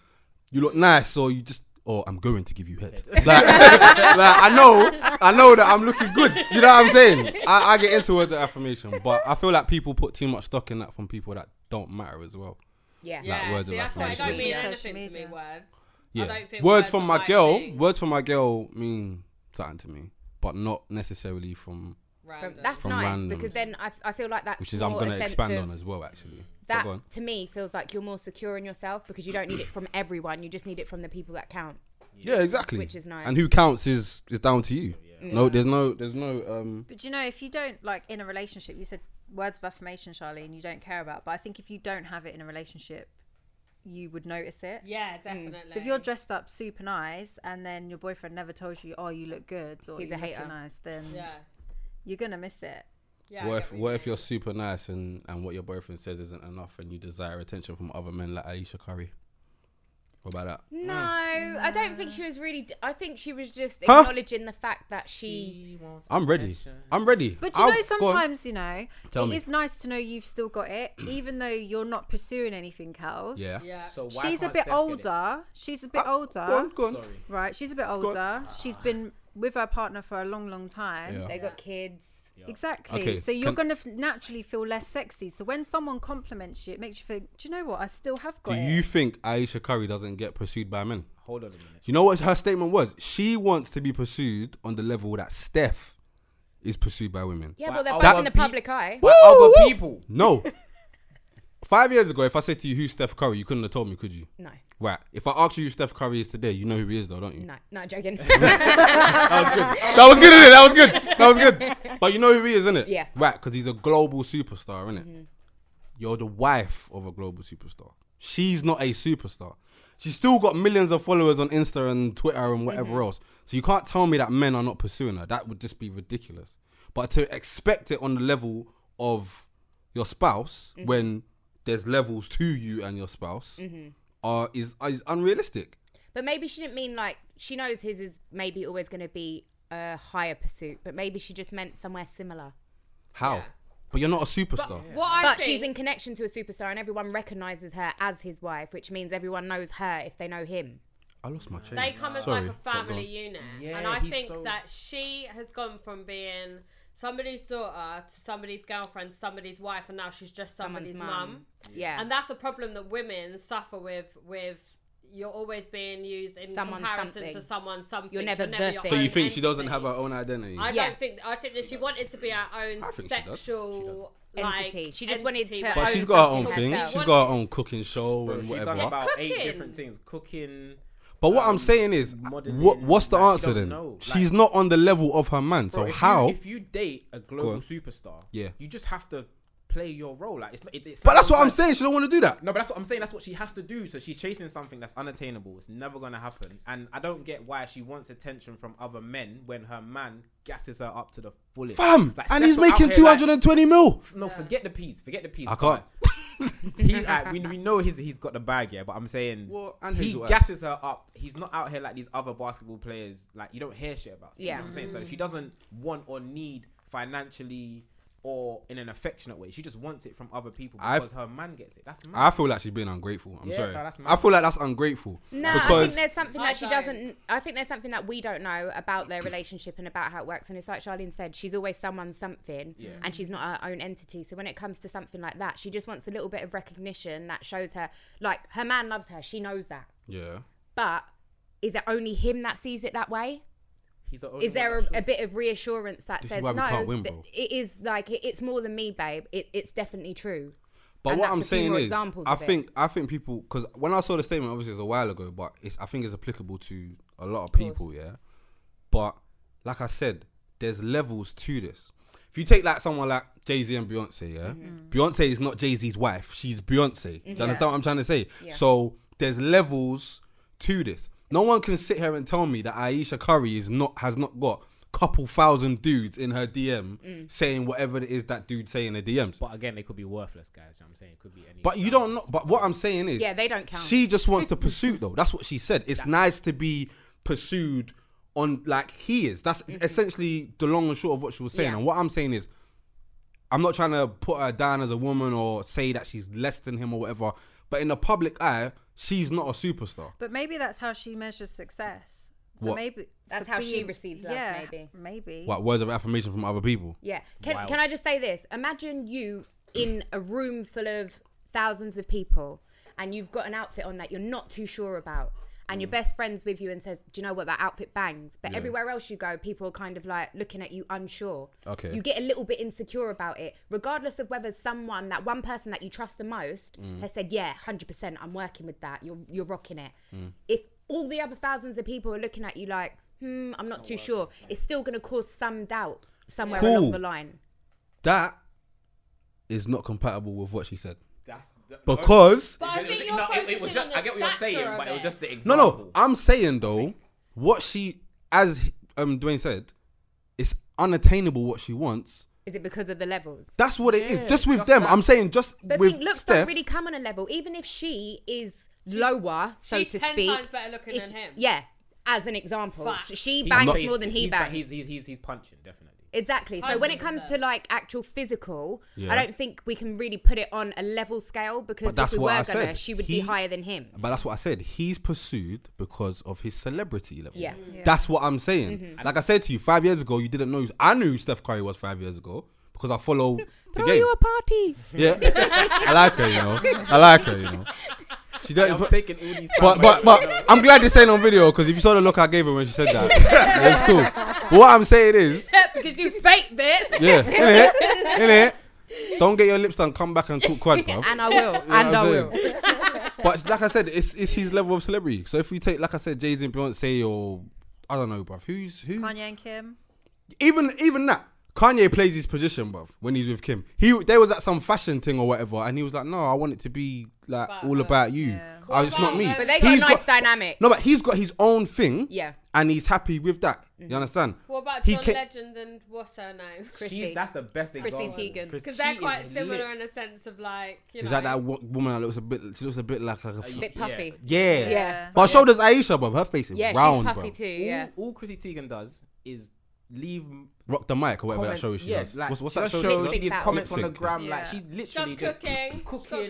you look nice, or you just, or I'm going to give you head. like, like, I know, I know that I'm looking good. Do you know what I'm saying? I, I get into words of affirmation, but I feel like people put too much stock in that from people that don't matter as well.
Yeah.
Like words of
see, that's why I
affirmation.
don't mean
Social
anything to me.
media.
Words.
Yeah.
I don't think
words, from
are
my
right
girl,
thing.
words from my girl mean something to me, but not necessarily from
From-
Random.
that's
From
nice
randoms.
because then I, I feel like that's
which is I'm
more a
gonna
sense
expand
of-
on as well actually. But
that
go on.
to me feels like you're more secure in yourself because you don't need it from everyone. You just need it from the people that count.
Yeah, exactly.
Which is nice.
And who counts is is down to you. No, there's no, there's no. Um,
But you know, if you don't like in a relationship, you said words of affirmation, Charlene, you don't care about. But I think if you don't have it in a relationship, you would notice it.
Hmm.
Yeah, definitely.
So if you're dressed up super nice and then your boyfriend never tells you, oh, you look good or
He's
you
a hater.
look nice, then
yeah,
you're gonna miss it.
yeah. I
what
get
if
you
what if
mean.
you're super nice and and what your boyfriend says isn't enough and you desire attention from other men like Aisha Curry? What about that?
No, I don't think she was really. I think she was just
Huh?
acknowledging the fact that she.
He wants
I'm ready.
attention.
I'm ready.
But you
I'll-
know,
go on.
sometimes you know, it is
Tell me.
nice to know you've still got it, even though you're not pursuing anything else.
Yeah.
Yeah.
So why
She's
can't
a bit
Steph get it?
older. She's a bit older.
Ah, Go on, go on.
Sorry.
Right, she's a bit
on.
older. She's been with her partner for a long, long time.
Yeah.
They got kids.
Exactly.
Okay,
So you're
can-
going to f- naturally feel less sexy. So when someone compliments you, it makes you think, do you know what? I still have got
Do
it.
you think Aisha Curry doesn't get pursued by men?
Hold on a minute.
You know what her statement was? She wants to be pursued on the level that Steph is pursued by women.
Yeah,
Why-
well, they're
oh,
both
why
in the
be-
public eye.
By
Woo!
other people.
No. Five years ago, if I said to you who's Steph Curry, you couldn't have told me, could you?
No,
Right. If I asked you who Steph Curry is today, you know who he is, though, don't you?
no, no, joking.
That was good, innit? That was good. That was good. But you know who he is, innit?
Yeah.
Right, because he's a global superstar, innit? You're the wife of a global superstar. She's not a superstar. She's still got millions of followers on Insta and Twitter and whatever else. So you can't tell me that men are not pursuing her. That would just be ridiculous. But to expect it on the level of your spouse when there's levels to you and your spouse are is is unrealistic.
but maybe she didn't mean like she knows his is maybe always going to be a higher pursuit, but maybe she just meant somewhere similar.
How?
Yeah.
But you're not a superstar.
What I
But
think,
she's in connection to a superstar, and everyone recognizes her as his wife, which means everyone knows her if they know him.
I lost my chain.
They come as
Sorry,
like
but
a
go on.
family unit,
Yeah,
and I
he's
think
so-
that she has gone from being somebody's daughter to somebody's girlfriend, somebody's wife, and now she's just
Someone's
somebody's
mum.
mum.
Yeah.
and that's a problem that women suffer with. With you're always being used in
Someone
comparison to
something.
someone something.
You're never the
your
thing.
So you
own
think she doesn't
entity.
have her own identity?
I
Yeah.
don't think. I think that she, wanted to be her own
I think she does. She
sexual like,
Entity. She just wanted
entity,
to
whatever.
but
own
she's got her own
something
thing.
herself.
She's got her own cooking show
Bro,
and
she's done
whatever.
about eight
Cooking.
different things. Cooking.
But what I'm
um,
saying is,
modeling,
what, what's the
like, she
answer
don't
then?
know, like-
she's not on the level of her man. So
Bro, if you-
how?
if you date a global
on.
superstar,
Yeah.
you just have to play your role. Like it's not. It, it
but that's
sounds
what I'm
like-
saying. She don't want to do that.
No, but that's what I'm saying. That's what she has to do. So she's chasing something that's unattainable. It's never gonna happen. And I don't get why she wants attention from other men when her man gasses her up to the fullest.
Fam,
Like,
and
Steph's
he's
not out
making
here,
220 mil.
like- no, forget the peas. Forget the peas.
I can't.
He, like, we, we know he's he's got the bag, yeah. But I'm saying
Well, and
he
Hazel Ash.
gasses her up. He's not out here like these other basketball players. Like you don't hear shit about. So,
Yeah.
you know what I'm saying so. She doesn't want or need financially or in an affectionate way. She just wants it from other people
I've-
because her man gets it. That's mad.
I feel like she's being ungrateful. I'm
Yeah,
sorry.
fam, that's
I
mad.
feel like that's ungrateful.
No, I think
because
there's something
I
that she
don't.
doesn't. I think there's something that we don't know about their relationship and about how it works. And it's like Charlene said, she's always someone something,
Yeah.
and she's not her own entity. So when it comes to something like that, she just wants a little bit of recognition that shows her, like her man loves her. She knows that,
yeah,
but is it only him that sees it that way?
He's the only
Is there
one that
a, a
should.
bit of reassurance that
This is
says
why we
no?
can't win,
th-
bro."
it is like it, it's more than me, babe. It, it's definitely true.
But
And
what
that's
I'm
a few
saying
more
is,
examples
I
of it.
think I think people because when I saw the statement, obviously it's a while ago, but it's I think it's applicable to a lot of people, yeah. But like I said, there's levels to this. If you take like someone like Jay Z and Beyonce, yeah,
Mm-hmm.
Beyonce is not Jay Z's wife; she's Beyonce. Do you understand what I'm trying to say? So there's levels to this. No one can sit here and tell me that Aisha Curry is not has not got couple thousand dudes in her DM
Mm.
saying whatever it is that dude say in the DMs.
But again, they could be worthless guys. You know what I'm saying it could be any.
But you don't know. But what I'm saying is,
Yeah, they don't count.
She just wants the pursuit, though. That's what she said. It's nice to be pursued on like he is. That's essentially the long and short of what she was saying.
Mm-hmm. Yeah.
And what I'm saying is, I'm not trying to put her down as a woman or say that she's less than him or whatever. But in the public eye, she's not a superstar.
But maybe that's how she measures success. So
What?
maybe
That's
so
how she receives love, maybe.
Maybe.
What words of affirmation from other people?
Yeah. Can
Wild.
can I just say this? Imagine you in a room full of thousands of people and you've got an outfit on that you're not too sure about. And your best friend's with you and says, Do you know what that outfit bangs? But everywhere else you go, people are kind of like looking at you unsure.
Okay.
You get a little bit insecure about it, regardless of whether someone, that one person that you trust the most, has said, Yeah, 100%, I'm working with that. You're, you're rocking it. If all the other thousands of people are looking at you like, Hmm, I'm not, too sure, it's still going to cause some doubt somewhere along
Cool.
the line.
That is not compatible with what she said.
That's the,
Because
But I think you're focusing
was
on
just,
the
I get what you're
stature
saying,
of
but it was
it.
just the
no,
example.
no, I'm saying though, what she as um Dwayne said, it's unattainable what she wants.
Is it because of the levels?
That's what it is.
Yeah,
Just with
just
them,
that.
I'm saying just
But
with
think looks
Steph.
don't really come on a level, even if she is lower, so
she's
to
10
speak.
times better looking
it's-
than him.
Yeah, as an example,
Fact.
she
He's-
bangs
he's-
more than he
he's ba-
bangs.
He's, he's, he's, he's punching, definitely.
Exactly. So when it comes to
100%.
like actual physical,
Yeah.
I don't think we can really put it on a level scale because
But that's
if we
what I
were gonna,
said.
she would
He-
be higher than him.
But that's what I said. He's pursued because of his celebrity level.
Yeah. Mm-hmm. Mm.
That's what I'm saying. Like I said to you, five years ago, you didn't know. I knew who Steph Curry was five years ago because I follow the game.
party.
Yeah. I like her, you know. I like her, you know. She don't.
I'm
But,
taking all these.
but but but I'm glad this ain't on video because if you saw the look I gave her when she said that, it's cool. But what I'm saying is,
because you fake bitch.
yeah, in it, in it. Don't get your lips done. Come back and talk quad, bruv.
And I will.
I'm
and I
saying.
will.
But like I said, it's it's his level of celebrity. So if we take, like I said, Jay Z and Beyonce, or I don't know, bruv, who's who?
Kanye and Kim.
Even even that. Kanye plays his position, bruv, when he's with Kim. He they was at some fashion thing or whatever, and he was like, "No, I want it to be like
About
all
her,
about you.
yeah.
I, it's not me."
But
But they got
He's
a nice dynamic.
no, but he's got his own thing,
Yeah. Mm-hmm.
and he's happy with that. You understand?
What about
He
John
ca-
Legend and what's her name?
She's, that's the best
Chrissy
example.
Teigen.
Chris-
Because
she
they're
is
quite
lit.
similar in a sense of like, you know.
Is that that wo- woman that looks a bit? She looks a bit like a. f-
A bit
Yeah.
puffy.
yeah.
Yeah.
But so does Aisha, bruv. Her face is
Yeah,
round,
she's puffy
bruv.
too. Yeah.
All, all Chrissy Teigen does is leave m-
Rock the mic or whatever
comments.
that show is. She
yeah,
does.
like
what's, what's
she
that
does
show?
She
Lip
leaves
sync.
comments on the
Lip sync.
gram.
Yeah.
Like she literally
does
just
cooking, she's
cooking,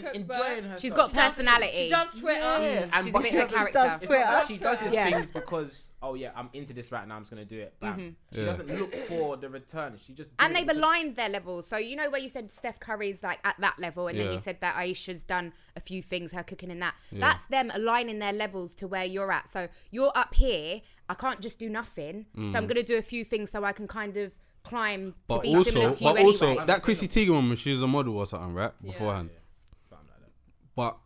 got cookbook.
enjoying herself.
She's got personality.
She does Twitter.
and
She's a
but
bit
she
of a
does-
character.
does
It's not
Twitter.
that she does these
Yeah.
things because oh yeah, I'm into this right now. I'm just gonna do it. Bam. She
Yeah.
doesn't look for the return. She just
Mm-hmm. And
do it
they've
because-
aligned their levels. So you know where you said Steph Curry's like at that level, and then
Yeah.
you said that Aisha's done a few things, her cooking and that.
Yeah.
That's them aligning their levels to where you're at. So you're up here. I can't just do nothing. So I'm gonna do a few things so I can kind of climb to
Mm. But
be similar
also,
to you
but
anyway.
also, that Chrissy Teigen woman, she was a model or something, right? Beforehand,
Something like that.
but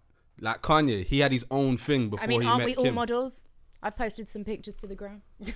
like Kanye, he had his own thing before
I mean,
he
aren't
met
we all
Kim.
models? I've posted some pictures to the ground.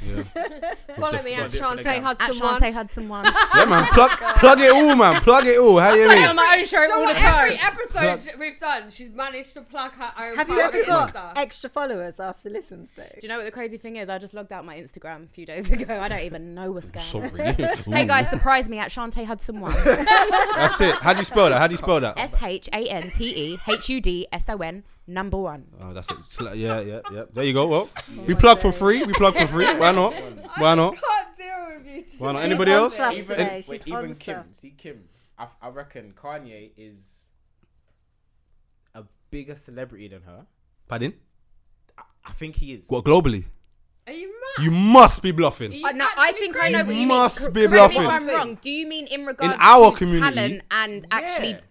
Got
Follow me at
different
Shantae
account.
At
Hudson
Shantae
one.
Hudson one.
Yeah, man, plug,
Oh
plug it all, man, plug it all. How you
Put it
mean?
on my own show
So
all the
what,
time.
every episode we've done, she's managed to plug her own.
Have you
part of
ever
it and
got
stuff.
extra followers after listens though?
Do you know what the crazy thing is? I just logged out my Instagram a few days ago. I don't even know what's going on.
Sorry.
Hey
Ooh.
guys, surprise me at Shantae Hudson one.
that's it. How do you spell that? How do you spell that?
S H A N T E H U D S O N number one.
Oh, that's it. Sla- yeah, yeah, yeah. There you go. Well, we plug for free. We plug for free. Why not? Why not?
Can't deal with you.
Why not?
She's
Anybody
on
else?
stuff
Even
today.
wait,
She's on
even Kim.
stuff.
See Kim. I, f- I reckon Kanye is a bigger celebrity than her.
Pardon?
I think he is.
What globally?
Are you
You must be bluffing.
mad?
Uh, no, I think I know what you
must
mean.
be
Correct me
bluffing.
If I'm wrong. Do you mean in regards
our
to
community-
talent and actually
Doing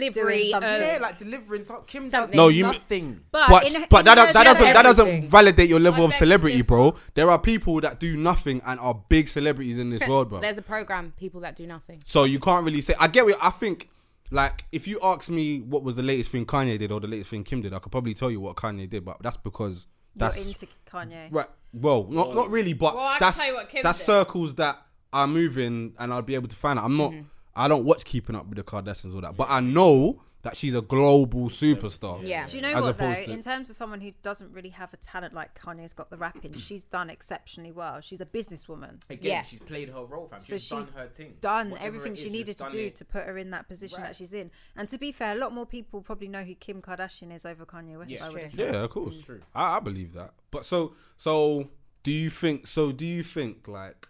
delivery? Of,
something.
yeah, like delivering something. Kim does
Something. No,
you m-
nothing.
But
in-
but
in
that, that
version of
doesn't that doesn't
everything.
validate your level
I
of
beg to
celebrity,
differ.
bro. There are people that do nothing and are big celebrities in this world, bro.
There's a program people that do nothing.
So you can't really say. I get what I think. Like, if you ask me what was the latest thing Kanye did or the latest thing Kim did, I could probably tell you what Kanye did, but that's because that's
You're into Kanye.
right. Well, not not really, but
Well, I can
that's
tell you what Kim
that's
did.
circles that are moving, and I'll be able to find out. I'm not.
Mm-hmm.
I don't watch Keeping Up with the Kardashians or that, but I know that she's a global superstar.
Yeah.
Do you know
As
what though?
opposed to-
In terms of someone who doesn't really have a talent like Kanye's got the rapping, she's done exceptionally well. She's a businesswoman.
Again,
Yeah.
she's played her role, fam.
So
She's
she's
done her thing.
Done
Whatever
everything
it is,
she
she's
needed to
done
do
it.
to put her in that position that she's in. And to be fair, a lot more people probably know who Kim Kardashian is over Kanye West.
Yeah.
I would
True.
have said.
Yeah, of course.
It's true.
I, I believe that. But so so do you think so do you
Mm-hmm.
think like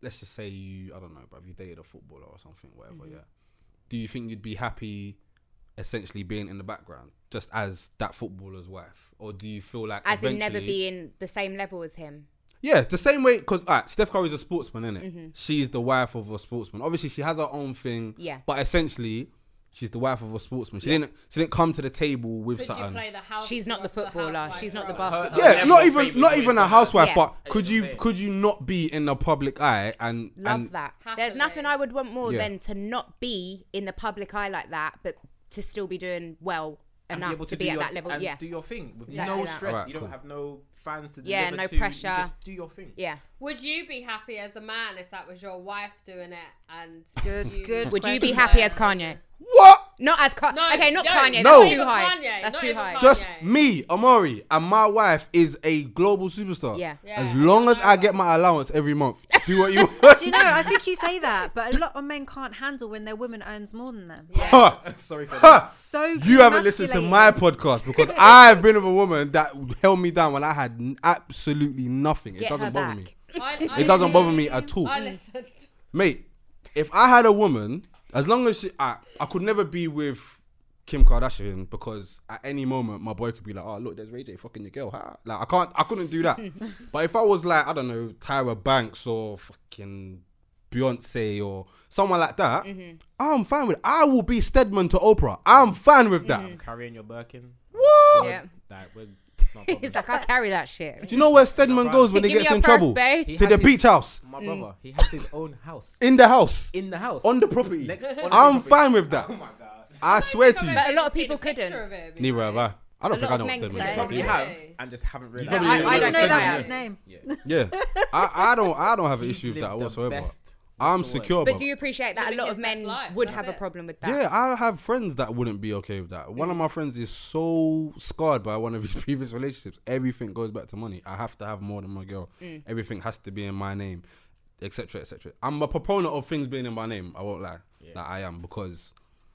let's just say you I don't know, but you dated a footballer or something, whatever, yeah. do you think you'd be happy essentially being in the background just as that footballer's wife or do you feel like
as in never
eventually-
being the same level as him.
yeah the same way because all right, Steph Curry's a sportsman isn't
Mm-hmm.
it she's the wife of a sportsman obviously she has her own thing
Yeah.
but essentially she's the wife of a sportsman she didn't she didn't come to the table with
Could you
something
play the house?
She's not the footballer,
housewife
she's not the
role?
basketball.
Her
yeah,
level
not
of
even
fame is
not
always
even a
different.
housewife,
Yeah.
but could you
Yeah.
could you not be in the public eye and
Love
and
that. There's
Happily.
nothing I would want more
Yeah.
than to not be in the public eye like that, but to still be doing well
And
enough
do
to, be at
your
that
t-
level.
and
Yeah,
do your thing with
Exactly
no
that.
stress.
Alright,
you don't
cool.
have no fans to
Yeah,
deliver
no
to. You
pressure.
Just do your thing.
yeah.
Would you be happy as a man if that was your wife doing it? And
Good-
you-
good
Would you be
Question.
happy as Kanye?
what?
Not as Kanye.
No,
okay, not
no,
Kanye.
no.
That's too
Not
high.
Kanye,
That's
not
too
even
high.
Kanye.
Just
Okay.
me, Amari, and my wife is a global superstar.
Yeah.
Yeah,
As
I
long as
know
I
that.
get my allowance every month, do what you want.
Do you know? I think you say that, but a lot of men can't handle when their woman earns more than them.
Ha!
Sorry for that.
Ha!
So
You haven't listened to my
emasculating.
podcast because I've been with a woman that held me down when I had n- absolutely nothing. it
Get her
doesn't bother
back.
me.
I- I
It doesn't
listened-
bother me at all.
I listened.
Mate, if I had a woman, as long as she, I, I could never be with Kim Kardashian because at any moment my boy could be like, oh look, there's Ray J fucking your girl. Huh? Like I can't, I couldn't do that. but if I was like, I don't know, Tyra Banks or fucking Beyonce or someone like that,
Mm-hmm.
I'm fine with. It. I will be Stedman to Oprah. I'm fine with that.
Carrying your Birkin.
What?
Mm-hmm. Yeah.
Like, we're, it's not a problem.
He's like, I carry that shit.
Do you know where Stedman
Right.
goes when he
Give me
gets
your
in
purse,
trouble?
babe.
He
To the
has his-
beach house,
My
Mm.
brother, he has his own house.
in the house,
In the house.
on the property.
Next- on the
I'm
property.
fine with that.
Oh my god.
I swear to you.
But a lot of
Seen
people
picture
couldn't.
of him, you
Neither
know?
have I. I don't
A
think
lot
I
of
know what
men
Stedman
say-
is.
Probably
probably.
Really?
have and just haven't realized.
probably I- didn't I
don't know that
Yeah.
man's name.
Yeah.
Yeah, I, I don't I don't have an
He's
issue with
lived
that
the
whatsoever.
best
I'm
with the world.
secure,
But
but
do you appreciate that a
Living
lot
his
of
best
men
life,
would
that's
have a
it.
problem with that?
yeah, I have friends that wouldn't be okay with that. One of my friends is so scarred by one of his previous relationships. Everything goes back to money. I have to have more than my girl.
Mm.
Everything has to be in my name, etc., etc. I'm a proponent of things being in my name. I won't lie, that I am because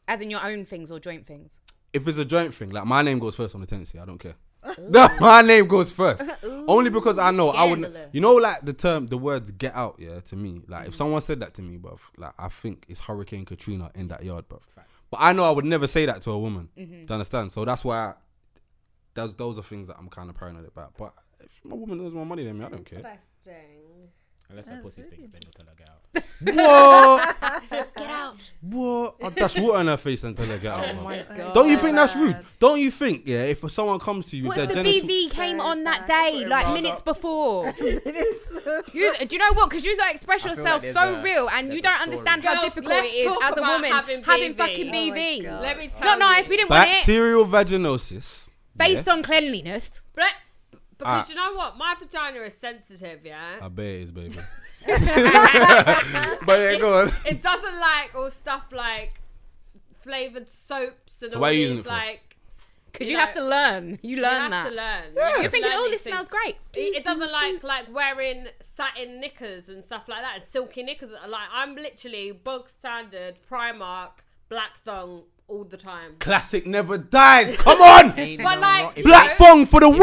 As in your own things or joint things.
if it's a joint thing, like my name goes first on the tenancy, I don't care. my name goes first. Only because I know I would
scandalous. Mm.
you know like the term the word get out, yeah, to me. Like if someone said that to me, bruv, like I think it's Hurricane Katrina in that yard, bruv. But I know I would never say that to a woman.
Mm-hmm.
Do you understand? So that's why I, those those are things that I'm kinda paranoid about. But if my woman earns more money than me, I don't care.
Interesting.
Unless I pussy stinks, then you'll tell her get out.
What?
Get out.
what? I'll dash water in her face until I get out. bruv.
Oh God.
Don't you think that's
Bad.
rude? Don't you think, yeah, if someone comes to you with
What
their
if the
genital
BV came
So
on that
bad.
day, like minutes before? You, do you know what? Because you like express
I feel
yourself
like
so
there's a-
real, and
there's
you
a
don't understand how
Girls,
difficult
let's
it is
talk
as a
about
woman having,
having BV.
fucking
Oh
my
BV.
God.
Let me tell
Uh, it's not nice.
you.
We didn't want it.
Bacterial vaginosis.
Based
yeah.
on cleanliness,
But because
Ah.
you know what, my vagina is sensitive. Yeah,
I bet it is, baby. but yeah, go on.
it doesn't like all stuff like flavored soaps and
So
all
why are you
these
using it for?
like.
because
You
you,
know-
have to learn. You
You have
learn that.
to learn.
You're
You're thinking,
learn
oh,
these
this
things.
smells great.
It, it doesn't like like wearing satin knickers and stuff like that, and silky knickers. Like I'm literally bog standard Primark black thong all the time.
Classic never dies. Come on,
Ain't
But
no
like-
lot if
Black
it-
Thong for the
if it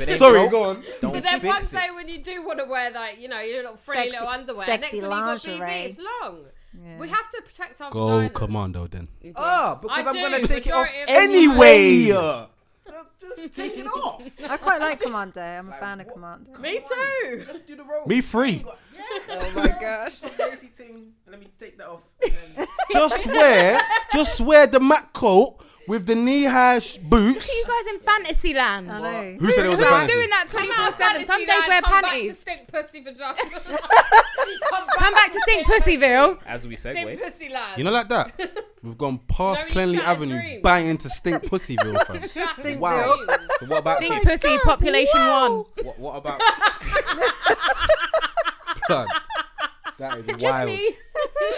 win.
ain't
Sorry,
broke,
go on.
Don't
But then one
fix
day
it.
when you do want to wear like you know your little frilly
Sexy-
little underwear,
sexy
next when you got BV,
lingerie.
it's long.
Yeah.
We have to protect our
Go
vagina.
commando then.
Oh, because
I
I'm
do,
gonna take it off
majority of the
Anyway.
anyway. So just take it off.
I quite like Commando. I'm a fan of Commando.
Me too.
Just do the roll.
Me free.
Oh my gosh. Lazy ting. Let me take that off. and then-
Just wear, just wear the mat coat with the knee-high sh- boots.
You guys in fantasy land.
Um,
I know.
Who said it was a
Who's
fantasy?
doing that 24 7? Some days
Fantasyland,
wear
come
panties.
Back to stink pussy vagina.
Come back to Stink Pussyville.
As we
Stink
segue.
pussy land.
You know, like that. We've gone past
Very
Cleanly
shattered
Avenue,
dreams.
bang into Stink Pussyville, fam.
Stink
Wow.
pussy.
So what about
Stink
kids?
Pussy, population one.
What, what about
God. That is
Just
wild.
me.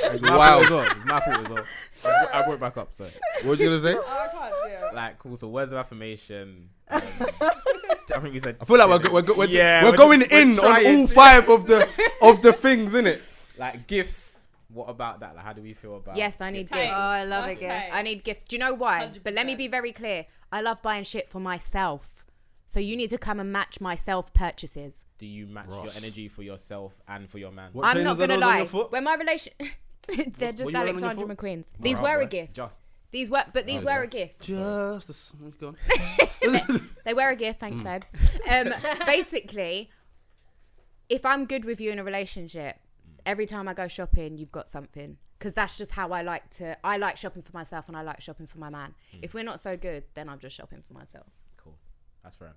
it's my
Wow.
fault as well? It's my fault as well. I brought- I brought it back up. So
What you gonna say?
Oh, I can't do it.
like, cool. So words of affirmation. Um, I think we said.
I feel like we're go- we're, go- we're,
Yeah,
we're,
we're
going
just- we're
in on
trying
all
to-
five of the of the things, innit?
like gifts. What about that? Like, how do we feel about?
Yes, I need
Take.
gifts.
Oh, I love it,
Okay.
girl.
I need gifts. Do you know why? But let me
100%.
be very clear. I love buying shit for myself. So you need to come and match my self purchases.
Do you match
Ross.
your energy for yourself and for your man?
What
I'm not
trainers are
gonna
those on
lie.
your foot?
When my relation They're just
you wearing on your
Alexandra
foot?
McQueen's. These
Bruh,
were a
bruh.
gift.
Just
These were, but these
Oh,
were a
yes.
gift.
Just a s- go on.
They were a gift. Thanks,
Mm.
babes. Um, basically, if I'm good with you in a relationship, every time I go shopping, you've got something. Because that's just how I like to. I like shopping for myself, and I like shopping for my man.
Mm.
If we're not so good, then I'm just shopping for myself.
cool. That's fair enough.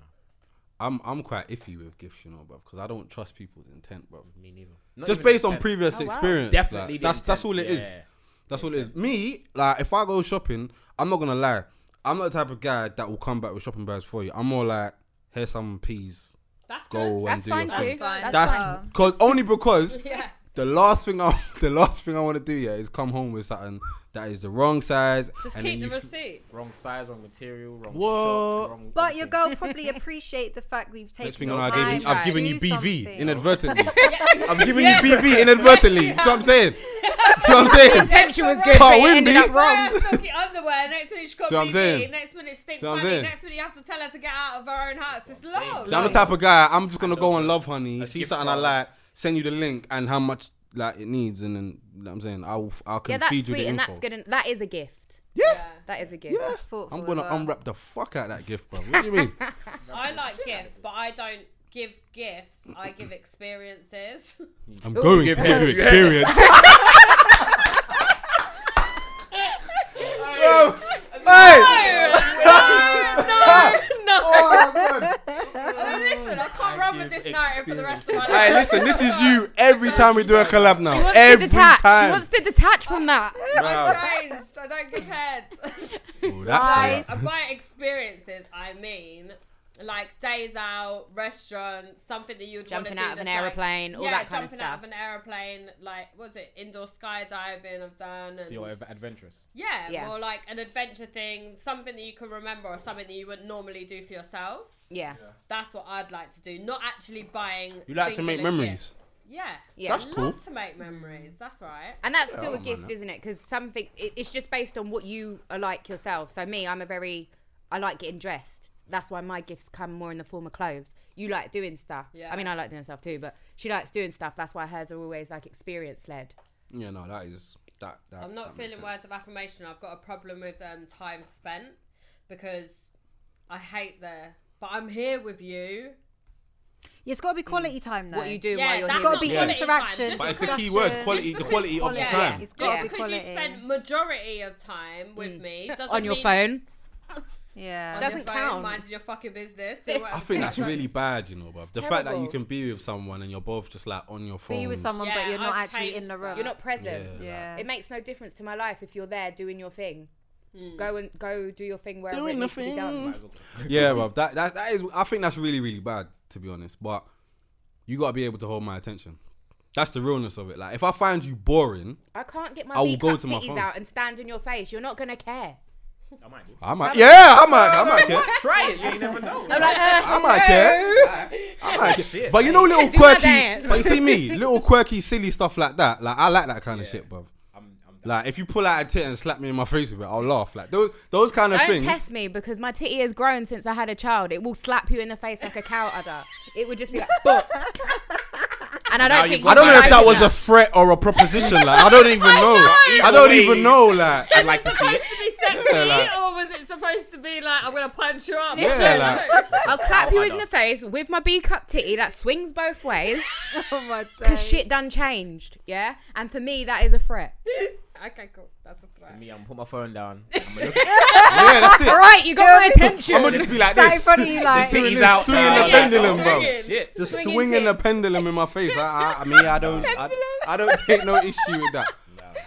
I'm I'm quite iffy with gifts, you know, bruv, because I don't trust people's intent, bruv.
Me neither. Not
Just
even the
based on
intent.
previous
wow.
experience,
Definitely.
like,
the
that's that's all
intent.
it is.
Yeah.
That's all it is. Me, like, if I go shopping, I'm not gonna lie. I'm not the type of guy that will come back with shopping bags for you. I'm more like, here's some peas,
That's good.
go and
That's
do your
fine
thing.
That's
too.
fine.
That's,
That's
fine.
fine.
cause only because
Yeah.
the last thing I the last thing I want to do yeah is come home with something that is the wrong size.
Just
and
keep
then
the
you f-
receipt.
Wrong size, wrong material, wrong
What?
shop, wrong.
But your
everything.
girl probably appreciate the fact we've taken
Next thing
the
on, I
time
gave you, I've
to
given
do
you BV
something.
inadvertently. I've given you BV inadvertently. That's what I'm saying. That's what I'm saying.
Intention was good, but
Can't
it
win
ended
me.
up wrong.
Wear silky underwear. Next minute she got
See what I'm
BV.
saying?
Next minute stink
See what I'm
money.
saying?
Next minute you have to tell her to get out of her own house.
That's
It's
what I'm saying.
love.
So I'm the
Like-
type of guy. I'm just gonna
I
go
love
and
it.
love honey.
A
see
gift
something I
card.
like, send you the link and how much like it needs, and then you know what I'm saying I'll I'll
Yeah,
can
that's
feed you the
sweet, and
info.
that's good. And that is a gift.
Yeah,
That is a gift.
yeah.
That's thoughtful
I'm gonna
as well.
unwrap the fuck out that gift, bro. What do you mean?
I like gifts, but I don't give gifts. I give experiences.
I'm going to give you experience. Bro, hey!
no,
Oh, God.
Um,
listen, I can't run with
give
this narrative for the rest of my
Hey,
life.
listen, this is you every time we do a collab now.
She wants
every
to detach. She
time.
wants to detach from that.
Bruh.
I changed. I don't give heads.
Oh, that's
I,
a lot.
by experiences, I mean like days out, restaurant, something that you'd wanna
Jumping
do
out of
that's
an aeroplane,
like,
all
yeah,
that kind of
jumping out
stuff.
of an aeroplane, like what's it, indoor skydiving? I've done. And,
So you're ad- adventurous.
yeah,
Yeah.
or like an adventure thing, something that you can remember, or something that you would normally do for yourself.
Yeah.
That's what I'd like to do. Not actually buying.
You like to make
singular
memories.
gifts. Yeah,
Yeah.
That's
I
cool.
love to make memories. That's right.
And that's
I
still a
don't mind
gift,
that.
isn't it? Because something, it, it's just based on what you are like yourself. So me, I'm a very, I like getting dressed. That's why my gifts come more in the form of clothes. You like doing stuff.
Yeah.
I mean, I like doing stuff too, but she likes doing stuff. That's why hers are always like experience led.
Yeah, no, that is that. that
I'm not
that makes
feeling
sense.
words of affirmation. I've got a problem with um, time spent because I hate the. But I'm here with you.
It's got to be quality time though.
What you do
Yeah,
while you're
that's
here.
It's got to
not
be
quality time,
interaction.
just But it's the
key word,
discussion.
quality- the quality of the
Yeah,
time.
It's got
Just
to be
because
quality.
you spend majority of time with me doesn't
on your
mean-
phone.
on
Yeah.
Doesn't
your phone,
count.
Minding your fucking business. do what
I
I'm
think that's
doing.
really bad, you know, bruv. The fact that you
terrible.
can be with someone and you're both just like on your phone.
Be with someone,
Yeah,
but you're not
I've
actually in
changed
the
that.
room.
You're not present.
Yeah.
Yeah.
It makes no difference to my life if you're there doing your thing.
Hmm.
Go and go do your thing wherever
Doing
it
the
needs to be done.
Might as well.
yeah, bruv. That, that that is. I think that's really really bad to be honest. But you gotta be able to hold my attention. That's the realness of it. Like if I find you boring,
I can't get my
I will
weak
go
up
to my
titties
phone.
out and stand in your face. You're not gonna care.
I might do.
I might. Yeah, I might. I might care.
Try it. You ain't never know.
I'm like, uh,
I might care. I might care.
Shit.
But you know, little
Do my
quirky.
dance.
But you see me, little quirky, silly stuff like that. Like I like that kind of
Yeah.
shit, bruv.
I'm, I'm down.
Like if you pull out a tit and slap me in my face with it, I'll laugh. Like those those kind of
Don't
things.
test me because my titty has grown since I had a child. It will slap you in the face like a cow udder. It would just be like, boop. And I
Now
don't
you've
think
got
I don't know
you'd
if that was
notice
a threat or a proposition. Like I don't even know.
know.
I don't
Either
even
way.
know. Like
I'd like to see it.
Supposed to be sexy,
Yeah, like-
or was it supposed to be like I'm gonna punch you up?
Listen.
Yeah,
I'll clap you in
udder.
the face with my B cup titty that swings both ways
Oh my
because shit done changed. Yeah? And for me, that is a threat.
okay, cool. That's a threat.
Me, I'm gonna put my phone down. I'm gonna look
yeah, that's
All
it.
right, you got my attention.
I'm gonna just be like
Sat in
this.
front of you
Titties
like.
Swinging-
out.
swinging
now.
the pendulum, bro.
Oh, Shit.
Just
Swinging
swinging the
tips.
pendulum in my face. I, I, I mean, I don't, I, I don't take no issue with that.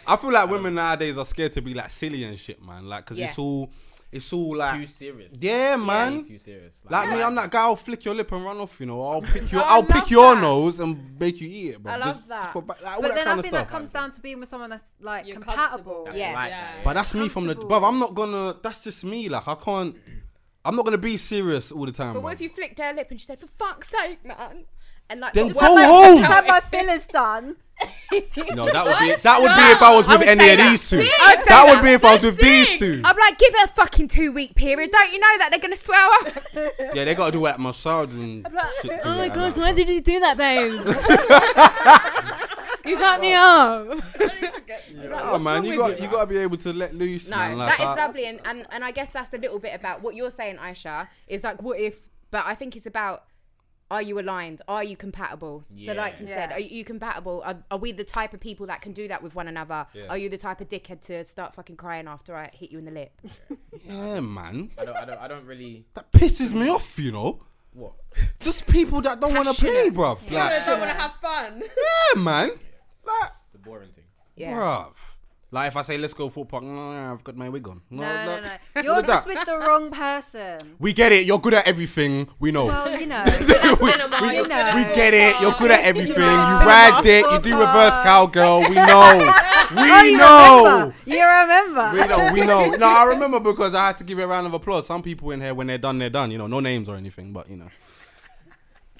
I feel like women nowadays are scared to be like silly and shit, man. Like, cause it's
Yeah.
all, it's all like,
Too serious.
yeah,
Way
man.
Too serious.
Like me, I'm that guy. I'll flick your lip and run off. You know, I'll pick your,
I
I'll pick
love
your
that.
nose and make you eat it, bro.
I love
Just-
that.
just for ba- like, all
But then
kind
I
of
think
stuff.
that comes down to being with someone that's like
You're
compatible.
comfortable.
That's
Yeah.
like
Yeah.
that.
But that's me from the.
Comfortable.
But I'm not gonna. That's just me. Like I can't. I'm not gonna be serious all the time.
But
bro.
what if you flicked her lip and she said, for fuck's sake, man? And like,
Then
what-
go
what about-
home.
Just have my fillers done.
No, that would be that would be if I was
I
with
would
any
say
of
that.
these two.
I'd say
That would
that.
be if I was with these two.
I'm like, give it a fucking two week period. Don't you know that they're gonna swell up?
Yeah, they gotta do that
Oh
massage and shit to it, I know.
did you do that, babe? You cut me up.
Nah, man, you got you got to be able to let loose.
No,
man.
that
Like,
is
I-
lovely, and, and and I guess that's the little bit about what you're saying, Aisha. Is like, what if? But I think it's about, are you aligned? Are you compatible?
Yeah.
So, like you said,
Yeah.
are you compatible? Are, are we the type of people that can do that with one another?
Yeah.
Are you the type of dickhead to start fucking crying after I hit you in the lip?
Yeah, man,
I don't, I don't, I don't really.
that pisses me off. You know,
What?
just people that don't want to play,
Passionate.
bruv. Like,
I don't want to have fun.
yeah, man, like,
The boring thing.
Yeah.
bruv. Like, if I say let's go for park, "Nah, I've got my wig on. No,
No, no,
look-
no. You're
look at
just
that.
with the wrong person.
We get it. You're good at everything. We know.
Well, you know.
we,
minimal,
we-
you know.
we get it. You're good at everything. You
Yeah.
ride dick. You do reverse cowgirl. We know. We
Oh, you
know.
remember. You remember.
We know. We know. No, I remember because I had to give it a round of applause. Some people in here, when they're done, they're done. You know, no names or anything, but you know.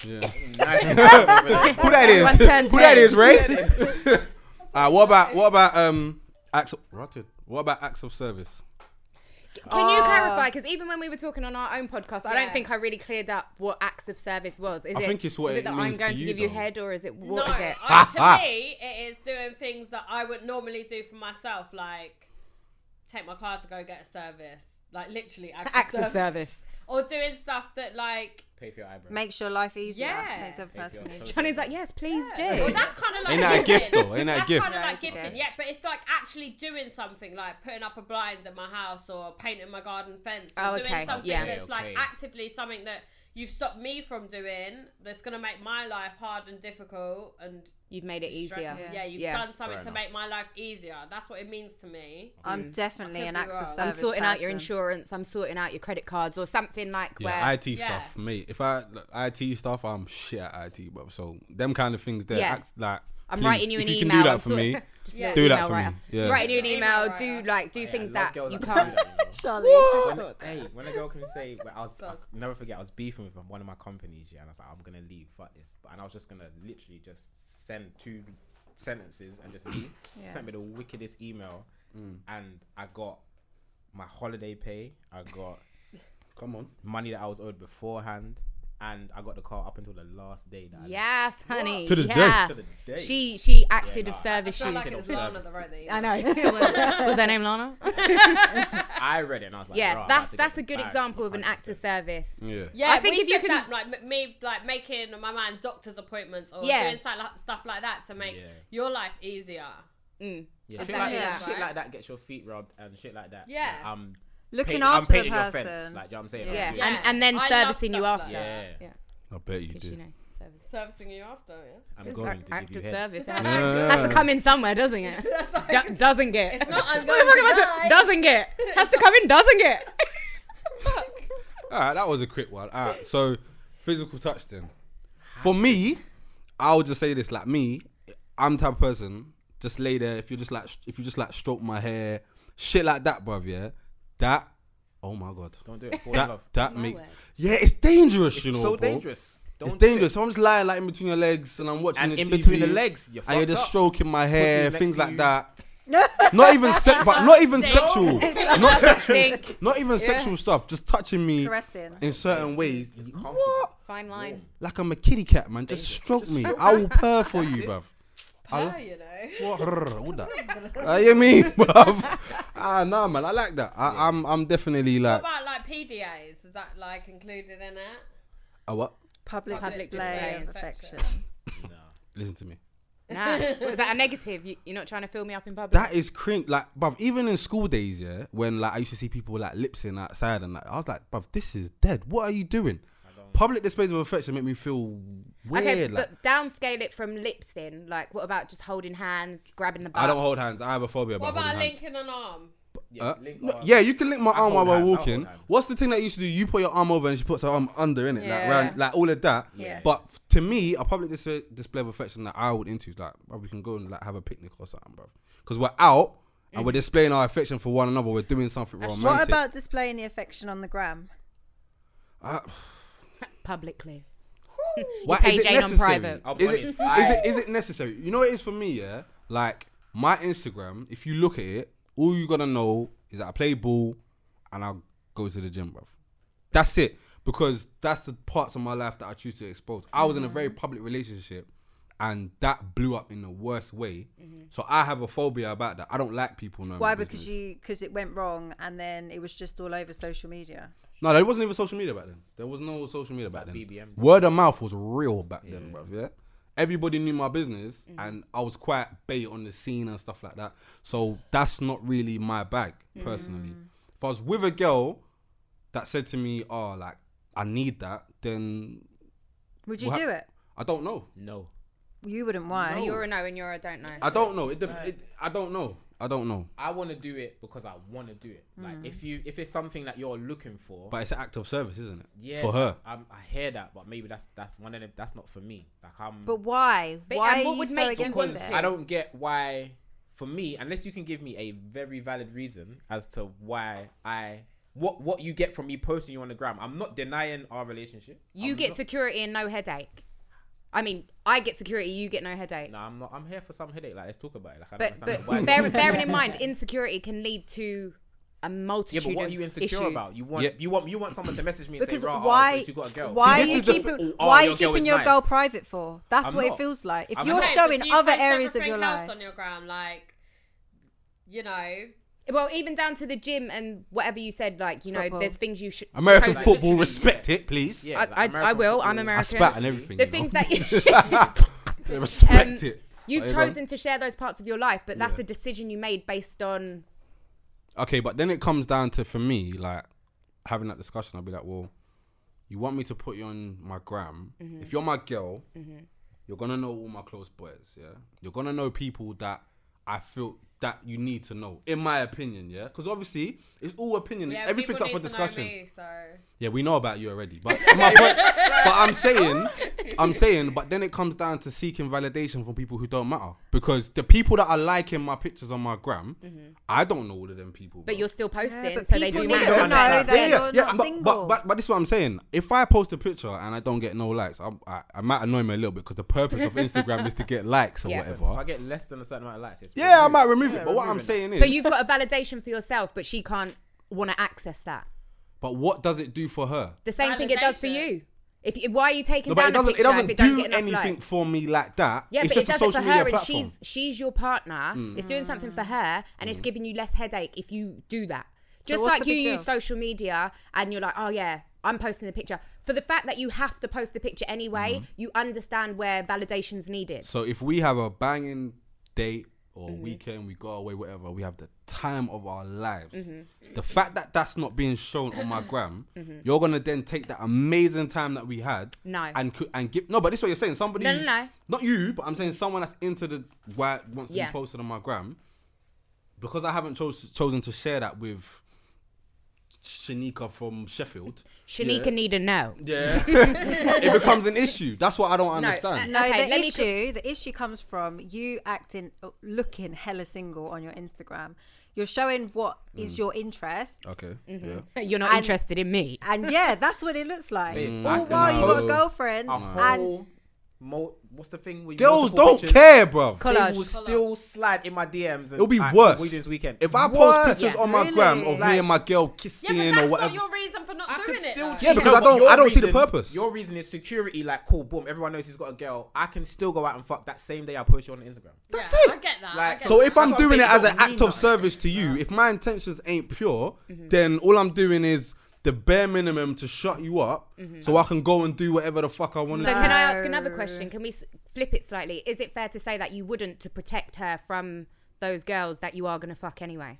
Yeah.
Nice. Over there.
Who that is?
Everyone turns
Who that
head.
is, Ray? Ah, what about what about um acts? Of, rotted. What about acts of service?
Can you clarify? Because even when we were talking on our own podcast, I don't
Yeah.
think I really cleared up what acts of service was. Is
I
it,
think it's what
is
it
it that
means
I'm
to
going to,
you,
give you
though.
head, or is it
No,
what is it?
I, to me, it is doing things that I would normally do for myself, like take my car to go get a service, like literally acts,
Acts of service.
or doing stuff that like
Pay for your eyebrows.
Makes your life easier.
Yeah.
Makes every
Pay for your
person easier.
toes.
Johnny's like, yes, please do.
Well, that's kind of like
Ain't that a
gifting.
gift though? Ain't that a
That's
gift?
kind of like
Yeah, it's a
gifting,
gift.
yeah, but it's like actually doing something, like putting up a blind in my house or painting my garden fence. Or
Oh, okay,
Doing something
yeah.
that's like
Okay.
actively something that you've stopped me from doing that's going to make my life hard and difficult and
You've made it easier.
stressful. Yeah, you've
Yeah.
done something
Fair
to make my life easier. That's what it means to me.
I'm definitely
Mm. I could
an
be
acts of
wrong.
service.
I'm sorting out your
person.
insurance. I'm sorting out your credit cards or something like
Yeah,
where.
IT stuff, mate. If I look, IT stuff, I'm shit at IT, but so them kind of things there.
Yeah.
Act, like
I'm
please,
writing you
if
an
you
email.
can do
I'm
that for
sort-
me.
Just
Yeah.
an
Do that
email
for
writer.
me, yeah.
Writing you an
Email
email.
writer.
Do like do
Yeah,
things
I love
that
girls
you
that can
can't.
do that, you know. When- hey, when a girl can say, well, I was I,
Sus.
never forget, I was beefing with one of my companies, yeah, and I was like, I'm gonna leave, fuck this, but, and I was just gonna literally just send two sentences and just leave. She Sent me the wickedest email,
Mm.
and I got my holiday pay, I got
Come on.
money that I was owed beforehand, and I got the car up until the last day that I left.
Yes, honey.
To this day.
yes.
To the day.
She she acted
Yeah,
of
no,
I
service.
feel
you.
like
Shooting
it
of
was Lana
service.
that wrote the
I
email.
know. was, was her name Lana?
I read it and I was like, "Rah,
yeah,
I had
that's
to get
that's
the
a good
bag,
example of an act of
100%."
service.
Yeah.
Yeah,
I think
we
if you
said
can-
that, like m- me, like making my man doctor's appointments or
Yeah.
doing stuff like, stuff like that to make
Yeah.
your life easier.
Mm.
Yeah,
Exactly.
shit, like,
Yeah.
shit like that gets your feet rubbed and shit like that.
Yeah.
I'm
Looking
paint- I'm
after the
painting your
person.
fence. Like, you know what I'm saying? I'm
Yeah.
doing
Yeah.
and and then
I love
servicing you
stuff
after.
like
Yeah.
Yeah,
I bet you
'cause
do.
you know, service.
Servicing you after, yeah.
I'm going to
act
give you
of
head.
service.
Yeah.
Has to come in somewhere, doesn't it? Do- doesn't get.
It's not I'm
What the
going
fuck am
to
I
die.
do- doesn't get. Has to come in. Doesn't get.
All right, that was a quick one. All right, so physical touch then. For me, I'll just say this: like me, I'm the type of person. Just lay there. If you just like, if you just like, stroke my hair, shit like that, bruv. Yeah, that. Oh my god,
Don't do it. Fall in
that
love.
that
My
makes.
word.
Yeah, it's dangerous.
It's
you know,
so
bro.
dangerous. Don't
It's
do it.
dangerous. So I'm just lying like in between your legs, and I'm watching.
And
the
in
TV,
between the legs, you're
and you're
fucked
just
up.
stroking my hair,
Pussy's next
things
to
like
you.
that. not even sex, but not even sexual, not sexual,
Think.
not even sexual stuff. Just touching me
Caressing.
in certain ways.
It's comfortable.
What?
Fine line.
Like I'm a kitty cat, man. Just
Dangerous.
stroke
Just
me.
stroke
I will purr for you, bruv. I
Oh,
lo-
you know.
what? Rrr, what that? Ah, you mean, bruv? Ah, nah, man. I like that. I, I'm, I'm definitely
What
like
about like PDAs? Is that like included in it?
a Oh, what?
Public,
Public
display
display
of
of
affection.
Listen to me.
Nah, was that a negative? You, you're not trying to fill me up in public.
That is cringe, like, bruv. Even in school days, yeah, when like I used to see people like lipsing outside, and like, I was like, bruv, this is dead. What are you doing? Public displays of affection make me feel weird.
okay,
like,
but downscale it from lips. Then, like, what about just holding hands, grabbing the butt?
I don't hold hands. I have a phobia
What
about,
about
holding hands.
linking an arm?
Yeah,
Uh,
link
no,
arm.
yeah, you can link my
I
arm while
hold
we're
hand- I hold
walking.
hands.
What's the thing that you used to do? You put your arm over and she puts her arm under in it, like
Yeah.
round, like all of that.
Yeah.
But f- to me, a public dis- display of affection that I would into is like, bro, we can go and like have a picnic or something, bro. Because we're out
Mm.
and we're displaying our affection for one another. We're doing something romantic.
What about displaying the affection on the gram?
Uh,
publicly.
why
pay
is it
Jane on
necessary?
private.
I'll be
Is it,
honest,
is
I-
it is it necessary? You know what it is for me, yeah. Like my Instagram, if you look at it, all you gotta know is that I play ball and I go to the gym, bruv. That's
Mm-hmm.
it. Because that's the parts of my life that I choose to expose. I was in a very public relationship and that blew up in the worst way. So I have a phobia about that. I don't like people knowing.
Mm-hmm. Why?
my
Because
business.
you because it went wrong and then it was just all over social media.
No, there wasn't even social media back then. There was no social media back
like
then.
BBM.
Word of mouth was real back then, bruv. Yeah. Everybody knew my business
Mm-hmm.
and I was quite bait on the scene and stuff like that. So that's not really my bag, personally.
Mm.
If I was with a girl that said to me, Oh, like, I need that, then
Would you
What?
do it?
I don't know.
No.
You wouldn't. Why?
So Uh, you're a no and you're a don't know.
I don't know. It, dep it I don't know. I don't know.
I want to do it because I want to do it. Like
Mm.
if you if it's something that you're looking for,
But it's an act of service, isn't it?
yeah,
For her.
i I hear that, but maybe that's that's one of them. That's not for me. Like I'm.
But why?
But-
why
and
are
what
you
would
so
make you
against
want
it?
to?
I don't get why. For me, unless you can give me a very valid reason as to why I what what you get from me posting you on the gram, I'm not denying our relationship.
You
I'm
get
not,
security and no headache. I mean, I get security, you get no headache.
No, I'm not. I'm here for some headache. Like let's talk about it. Like I don't
but
understand
but
why.
bear, bearing in mind, insecurity can lead to a
yeah,
multitude
but what are
of
you insecure
issues.
about? You want
Yeah.
you want you want someone to message me and
Because
say, "Rah,
why?
why? you got a girl."
Why are
this
you
is the-
keeping?
oh,
why are
your
you
girl
keeping
is
your
nice.
girl private for? That's
I'm
what
not.
it feels like. If
I'm
you're
not.
Okay,
showing
but do you
other
post
areas of
everything
your
else
life,
on your gram, like you know,
Well, even down to the gym and whatever you said, like, you know,
Football.
there's things you should.
American
post.
football,
literally,
respect it, please.
Yeah,
I,
like
I,
American
I will. I'm
football.
American.
I spat and everything.
The
you
things
know.
that you.
Yeah, respect
Um,
it.
You've
Like,
chosen to share those parts of your life, but that's
Yeah.
a decision you made based on.
Okay, but then it comes down to for me, like having that discussion. I'll be like, well, you want me to put you on my gram.
Mm-hmm.
If you're my girl, you're gonna know all my close boys. Yeah, you're gonna know people that I feel that you need to know. In my opinion, yeah, because obviously it's all opinion.
yeah,
Everything's
people
up for
need to know
discussion.
me, so
Yeah, we know about you already, but my point, but I'm saying, I'm saying, but then it comes down to seeking validation from people who don't matter because the people that are liking my pictures on my gram, I don't know all of them people.
Mm-hmm. But
bro.
you're still posting,
but
so they
people
do
need
to know
matter.
that
yeah, yeah,
you're
yeah,
not
but,
single.
But, but but this is what I'm saying. If I post a picture and I don't get no likes, I'm, I I might annoy me a little bit because the purpose of Instagram is to get likes or
Yeah.
If I
whatever.
get less than a certain amount of likes, it's
Yeah, I
rude.
might remove it.
Yeah,
But what I'm
removing it.
saying is,
So you've got a validation for yourself, but she can't want to access that.
but what does it do for her?
The same thing it does for
Validation.
you. If you- why are you taking
No, but
down
it doesn't.
the
It
picture if
doesn't
it don't
do
get enough
anything
likes?
for me like that.
Yeah,
it's
but it
just a
does it
social
for
media
her, and
platform. Mm.
she's she's your partner. It's doing something for her, and it's giving you less headache if you do that. Just
what's
like
the
you
big deal?
use social media, and you're like, oh yeah, I'm posting the picture. For the fact that you have to post the picture anyway,
Mm.
you understand where validation's needed.
So if we have a banging date or
Mm-hmm.
weekend, we go away, whatever, we have the time of our lives.
Mm-hmm.
The fact that that's not being shown on my gram, you're gonna then take that amazing time that we had,
No.
and cou- and give no. But this is what you're saying. Somebody,
No, no, no.
not you, but I'm saying someone that's into the why wants to
Yeah.
be posted on my gram, because I haven't chose, chosen to share that with. Shanika from Sheffield.
Shanika
yeah.
need a no.
Yeah. it becomes an issue. That's what I don't
No,
understand.
No,
Okay,
the
let me
issue the issue comes from you acting looking hella single on your Instagram. You're showing what is your interest.
Mm. okay.
Mm-hmm.
Yeah.
You're not
And-
interested in me.
And yeah, that's what it looks like.
Babe, I
All
can
while you got
post
a girlfriend
a
and
whole. Mo- what's the thing? With
Girls
multiple
don't
pictures?
care, bro.
They will
Collage.
still slide in my DMs. And,
It'll be
"Alright,
worse.
We do this weekend.
If I
Worse.
post pictures on my
Really?
gram of me
Like-
and my girl
yeah,
kissing
but
or
that's not
whatever,
your reason for not
I
doing
could
it.
still
though.
cheat.
Yeah, because I
but
don't-
your
I don't see the purpose.
Your reason is security. Like, cool, boom. Everyone knows he's got a girl. I can still go out and fuck that same day I post you on Instagram.
that's
Yeah,
it.
I get that. I
Like,
get
so
that.
if I'm
That's what I'm
doing it
saying,
as
it
an
don't
act of
mean
service to you, if my intentions ain't pure, then all I'm doing is the bare minimum to shut you up, so I can go and do whatever the fuck I want
So
to.
can I ask another question? Can we s- flip it slightly? Is it fair to say that you wouldn't to protect her from those girls that you are gonna fuck anyway?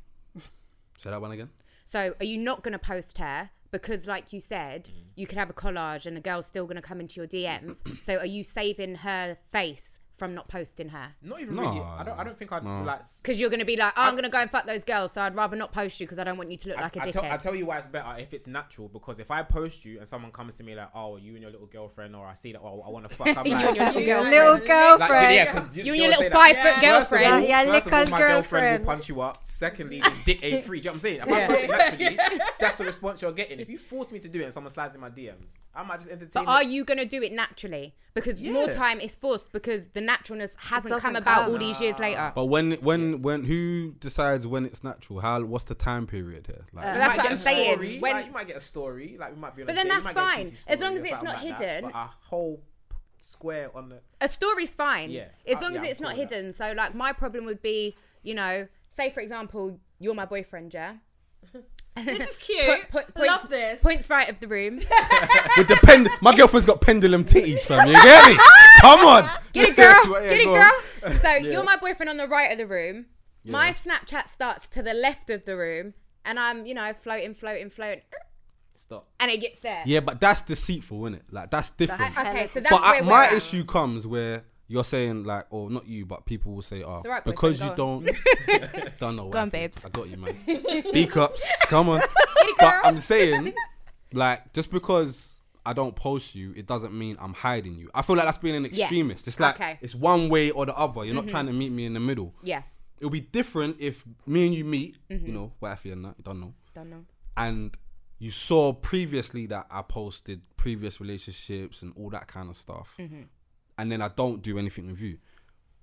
Say that one again.
So are you not going to post her because, like you said, you could have a collage and the girl's still going to come into your DMs? so are you saving her face from not posting her?
Not even
No,
really. I don't. I don't think I'd like. s-
Because you're going to be like, oh, I'm going to go and fuck those girls, so I'd rather not post you because I don't want you to look like a
I,
dickhead.
tell, I tell you why it's better if it's natural because if I post you and someone comes to me like, "Oh, you and your little girlfriend," or I see that, "Oh, I want to fuck," I'm
you
like,
and your little
You
girlfriend.
little
Like,
girlfriend.
yeah, 'cause
You and
they'll
your
say
little
that,
five
Yeah.
foot
First of all-
girlfriend.
Yeah, yeah,
first of all,
little
my
girlfriend.
will punch you up. Secondly, this dick ain't free. Do you know what I'm saying? If I post it naturally, that's the response you're getting. If you force me to do it and someone slides in my DMs, I might just entertain
But are
it.
you going to do it naturally? Because more
Yeah.
time is forced because the naturalness hasn't
doesn't
come about
come.
all these years later.
But when, when, when, who decides when it's natural? How? What's the time period here? Like,
You
that's
might
what
get
I'm
a
saying.
Story,
When-
like, you might get a story, like we might be on
But
a
then
date, you
that's
might get a
fine.
cheeky
As long
story or
as it's
something
not
like that.
hidden.
But a whole square on the.
a story's fine.
Yeah.
As
Uh,
long
yeah,
as
I'm
it's not
cool with that.
hidden. So like my problem would be, you know, say for example, you're my boyfriend, yeah.
This is cute.
Put- put-
I love
points-
this.
Points right of the room.
With the pen, my girlfriend's got pendulum titties, fam. You get me? Come on.
Get it, girl.
Yeah,
Get it,
go on.
girl. So you're my boyfriend on the right of the room. My Snapchat starts to the left of the room, and I'm, you know, floating, floating, floating,
Stop.
and it gets there.
Yeah, but that's deceitful, isn't it? Like that's different.
That-
Okay, so that's
but I-
where we're
my
at.
issue comes where you're saying like, or not you, but people will say, "Oh,
all right,
because you
boyfriend,
don't, don't know." what
Go on,
I think.
babes.
I got you, man. B cups, come on. But I'm saying, like, just because I don't post you, it doesn't mean I'm hiding you. I feel like that's being an extremist. It's like
Okay.
it's one way or the other. You're not trying to meet me in the middle.
Yeah.
It'll be different if me and you meet. You know, wifey and that. You don't know
Don't know.
and you saw previously that I posted previous relationships and all that kind of stuff, and then I don't do anything with you.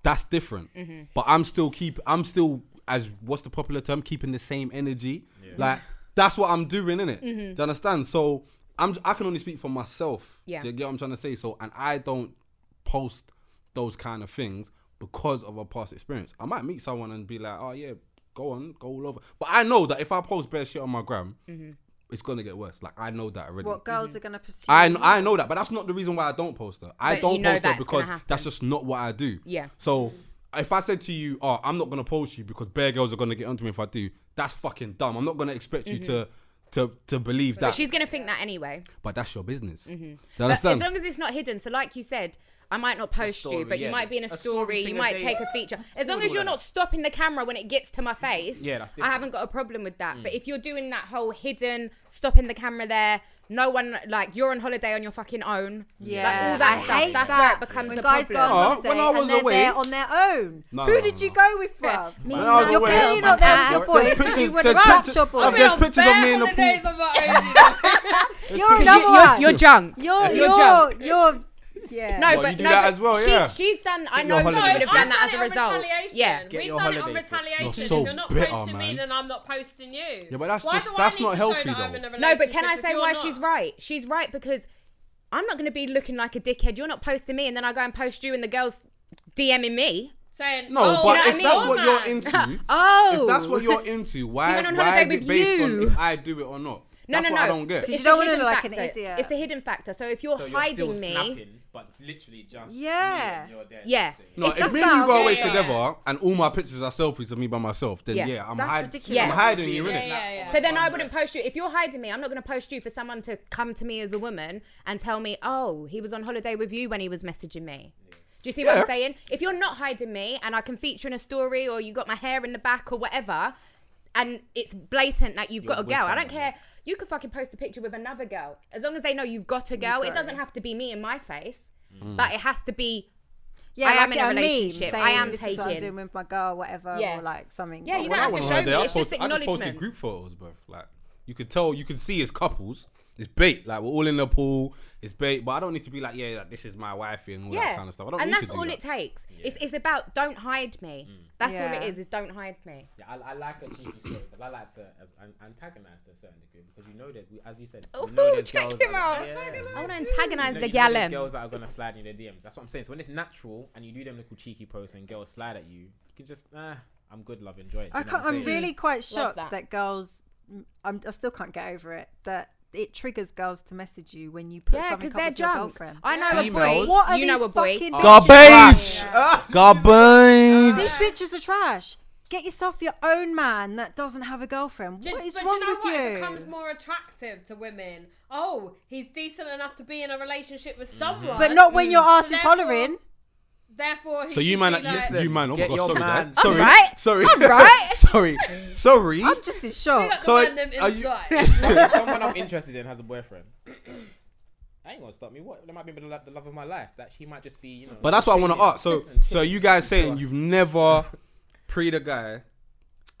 That's different, but I'm still keep. I'm still as what's the popular term? Keeping the same energy. Like that's what I'm doing, innit? it? Do you understand? So I'm. I can only speak for myself.
Yeah.
Do you get what I'm trying to say? So and I don't post those kind of things because of a past experience. I might meet someone and be like, oh yeah, go on, go all over. But I know that if I post bare shit on my gram,
Mm-hmm.
it's gonna get worse. Like I know that already.
What girls are gonna pursue?
I, kn- I know that, but that's not the reason why I don't post her. I
But
don't
you know
post her
that's gonna
because
happen.
that's just not what I do.
Yeah.
So if I said to you, "Oh, I'm not gonna post you because bare girls are gonna get onto me if I do," that's fucking dumb. I'm not gonna expect you to to to believe that.
Mm-hmm. But she's gonna think that anyway.
but that's your business. Do you
But as
understand?
long as it's not hidden, so like you said, I might not post
story,
you, but
yeah.
you might be in a,
A story
story,
thing
you
a
might
day.
take a feature. As long
with
as
all
you're
of
not
that.
stopping the camera when it gets to my face,
Yeah, that's
I
different. Mm.
haven't got a problem with that. But if you're doing that whole hidden, stopping the camera there, no one like you're on holiday on your fucking own.
Yeah,
like, all that
I
stuff.
hate
that's
that.
where it becomes
when
a
guys
problem.
go on
Oh,
holiday
when I was
and they're there
away-
on their own.
No,
Who
no,
did
no,
you
no.
go with, bruv?
Me
When I was
You're
away,
clearly
I'm
not there with your
out.
boys
There's
because
pictures-
you would
there's
have
pictures-
your boys.
I've There's pictures of me in the
the days
pool.
of my own.
You're
You-
another
you're,
one.
you're drunk.
You're
you're
you're you're yeah.
No,
Well,
but
you do
no,
that
but
as well,
she,
yeah.
She's done. I
your
know you would
holiday
have
sis.
done
I've
that as a
done it on
result.
retaliation.
Yeah.
Get
We've
your
done it on
holiday, sis.
retaliation.
You're
If
so
you're not
bitter,
posting me,
man.
then I'm not posting you.
Yeah, but that's
Why
just-
do I
that's
need
not
to show
healthy,
that I'm
though.
in a
No, but can
relationship
I
if
say
you're
why
not?
she's right? She's right because I'm not going to be looking like a dickhead. You're not posting me, and then I go and post you, and the girls DMing me.
Saying,
No,
oh,
but
you know
if
what I
that's
mean?
what
Woman.
you're into,
Oh,
if that's what you're into, why,
went on
why is
holiday
it
with
based on
you.
if I do it or not?
no,
That's
no,
what
no.
I don't get.
It's
you
the
don't wanna
hidden
look like an
factor.
idiot.
It's the hidden factor. So if you're
So you're
hiding
still
me,
snapping, but literally just
Yeah.
me and you're there.
Yeah.
No,
It's
if
not
me and you go
sound-
away
Yeah, yeah.
together and all my pictures are selfies of me by myself, then
Yeah.
yeah, I'm,
That's
hide-
ridiculous.
I'm
Yeah.
hiding you,
Yeah,
innit?
yeah, yeah.
so then I wouldn't post you. If you're hiding me, I'm not going to post you for someone to come to me as a woman and tell me, oh, he was on holiday with you when he was messaging me. Do you see what
Yeah.
I'm saying? If you're not hiding me and I can feature in a story or you got my hair in the back or whatever, and it's blatant that you've got a
You're with
girl, I don't
someone,
care. You could fucking post a picture with another girl. As long as they know you've got a girl, it doesn't have to be me in my face,
Mm.
but it has to be
Yeah,
I am
like
in a
meme
relationship. I
saying,
am
this is what I'm
taken.
doing with my girl, whatever,
Yeah.
or like something.
Yeah, you
When
don't
I
have
went
to
on
show
holiday,
me.
I,
It's just
posted, I just posted
acknowledgement.
group photos, bruv. Like, you could tell, you could see it's couples. It's bait. Like, we're all in the pool. It's bait. But I don't need to be like, yeah, like, this is my wifey and all that kind of stuff. I don't
and
need
that's
to do
all
that. Mm.
it takes. It's, it's about don't hide me. That's all
Yeah.
it is. Is don't hide me.
Yeah, I, I like a cheeky story because I like to as, an- antagonize to a certain degree because you know that we, as you said, you know
Ooh,
there's
Oh, check
girls
him
that-
out.
Yeah.
I want to
You
antagonize
know-
the
you know there's
gallum.
girls that are gonna slide in your DMs. That's what I'm saying. So when it's natural and you do them little cheeky posts and girls slide at you, you can just ah, I'm good, love, enjoy it. Do
I
you know what
can't, I'm
saying?
really quite shocked
that.
that. girls. I'm, I still can't get over it that it triggers girls to message you when you put
Yeah,
something
because
up
they're
with your
drunk.
girlfriend.
I know a
Females.
boy.
What are
you
these
know a boy.
fucking
Oh, Garbage! Garbage!
These bitches are trash. Get yourself your own man that doesn't have a girlfriend.
Just-
What is
but do
wrong
you know
with
what? It
you?
becomes more attractive to women. Oh, he's decent enough to be in a relationship with someone,
but not when
mm,
your ass
So
is
therefore-
hollering.
Therefore, he
So you
should
man,
be
like,
like,
you, you man, oh my
Get
god,
your
sorry,
man.
guys. sorry,
right.
sorry,
right.
sorry, sorry.
I'm just in shock.
"Look,
So,
the man them
are you-
inside."
So if someone I'm interested in has a boyfriend. I ain't gonna stop me. What? That might be the love, the love of my life. That she might just be, you know.
But that's what I want to
dating.
ask. So, so you guys saying you've never pre the guy,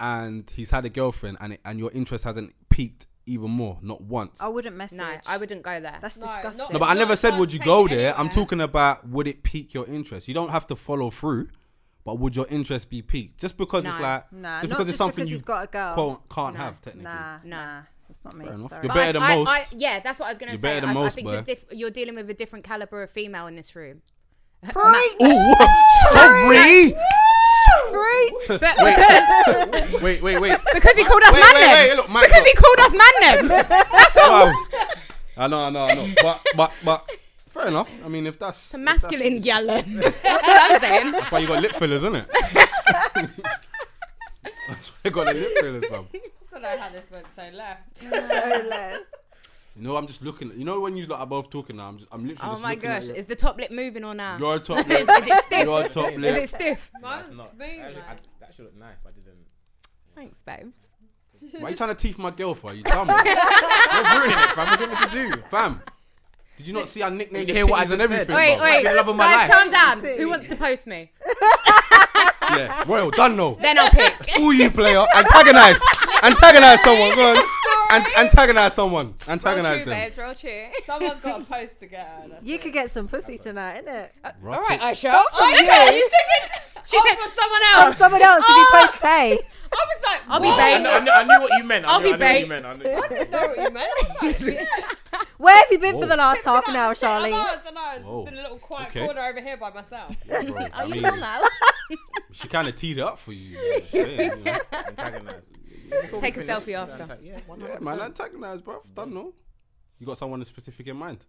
and he's had a girlfriend, and it, and your interest hasn't peaked even more, not once.
I wouldn't message.
No, I wouldn't go there.
That's
No, not-
disgusting.
no, but I
No,
never
it's
said
not
would you
taken
go there. I'm
anywhere.
talking about would it pique your interest? You don't have to follow through, but would your interest be piqued just because it's
No.
like
Nah,
just
not
because
just
it's something
because
you
he's got a girl.
Can't, can't have technically.
nah,
No.
nah, That's not me.
Fair enough.
Sorry.
You're better than
I,
most.
I, yeah, that's what I was gonna
You're
say.
better than
I,
most,
I think you're,
boy.
diff- you're dealing with a different caliber of female in this room.
Ooh, sorry.
But because,
Wait, wait, wait.
because he called us
Wait,
man
wait,
them.
wait, look, man
because
up.
he called us man them.
Wow. I know, I know, I know. But, but, but, fair enough. I mean, if that's if that's-
Masculine gallant. That's what I'm saying.
That's why you got lip fillers, isn't it? That's why you got the lip fillers, bruv.
I don't know how this went so left.
You know, I'm just looking. You know, when you lot are both talking now, I'm, just, I'm literally
Oh
just
my
looking at
gosh,
your-
is the top lip moving or now?
your top
Is,
lip.
is it stiff?
Your top
Is
lip.
it
That's
stiff?
Mine's smooth.
not.
man.
Actually, I, that should look nice. I didn't.
Thanks, babe.
Why you trying to teeth my girl for? You dumb.
You're ruining it, fam. What do you want me to do?
Fam, did you not see I nicknamed
You
your
hear what I
titties and
just said?
everything?
Wait,
bruv?
wait.
the love of my
Guys,
life.
calm down. Who wants to post me?
Yeah, royal, done no.
Then I'll pick.
School you player, antagonize, antagonize someone. Go on, An- antagonize someone,
Roll
antagonize
two,
them.
babes. Roll two.
Someone's got a post to get her.
You could get some pussy tonight, innit?
All right,
Right.
I shall.
Oh,
Look at her, you took it. She
She's
said,
from Oh, someone
From
else.
Oh, someone else
oh!
if you post A.
I was like,
I'll be
what?
I
babe.
knew, I, knew, I knew what you meant. I
I'll
knew,
be
I knew what
bait.
you meant. I knew what you meant.
know what you meant. I was like,
Where have you been for
Whoa.
the last half an
I
hour,
know,
Charlene?
I don't know. I was
Whoa.
in a little quiet
Okay.
corner over here by myself.
Bro, I
Are you
mean,
done now?
she kind of teed it up for you. you know what I'm saying, you know?
Antagonize.
Take a selfie after.
Yeah, why
Yeah,
not?
man, antagonize, bro. Done no. You got someone specific in mind?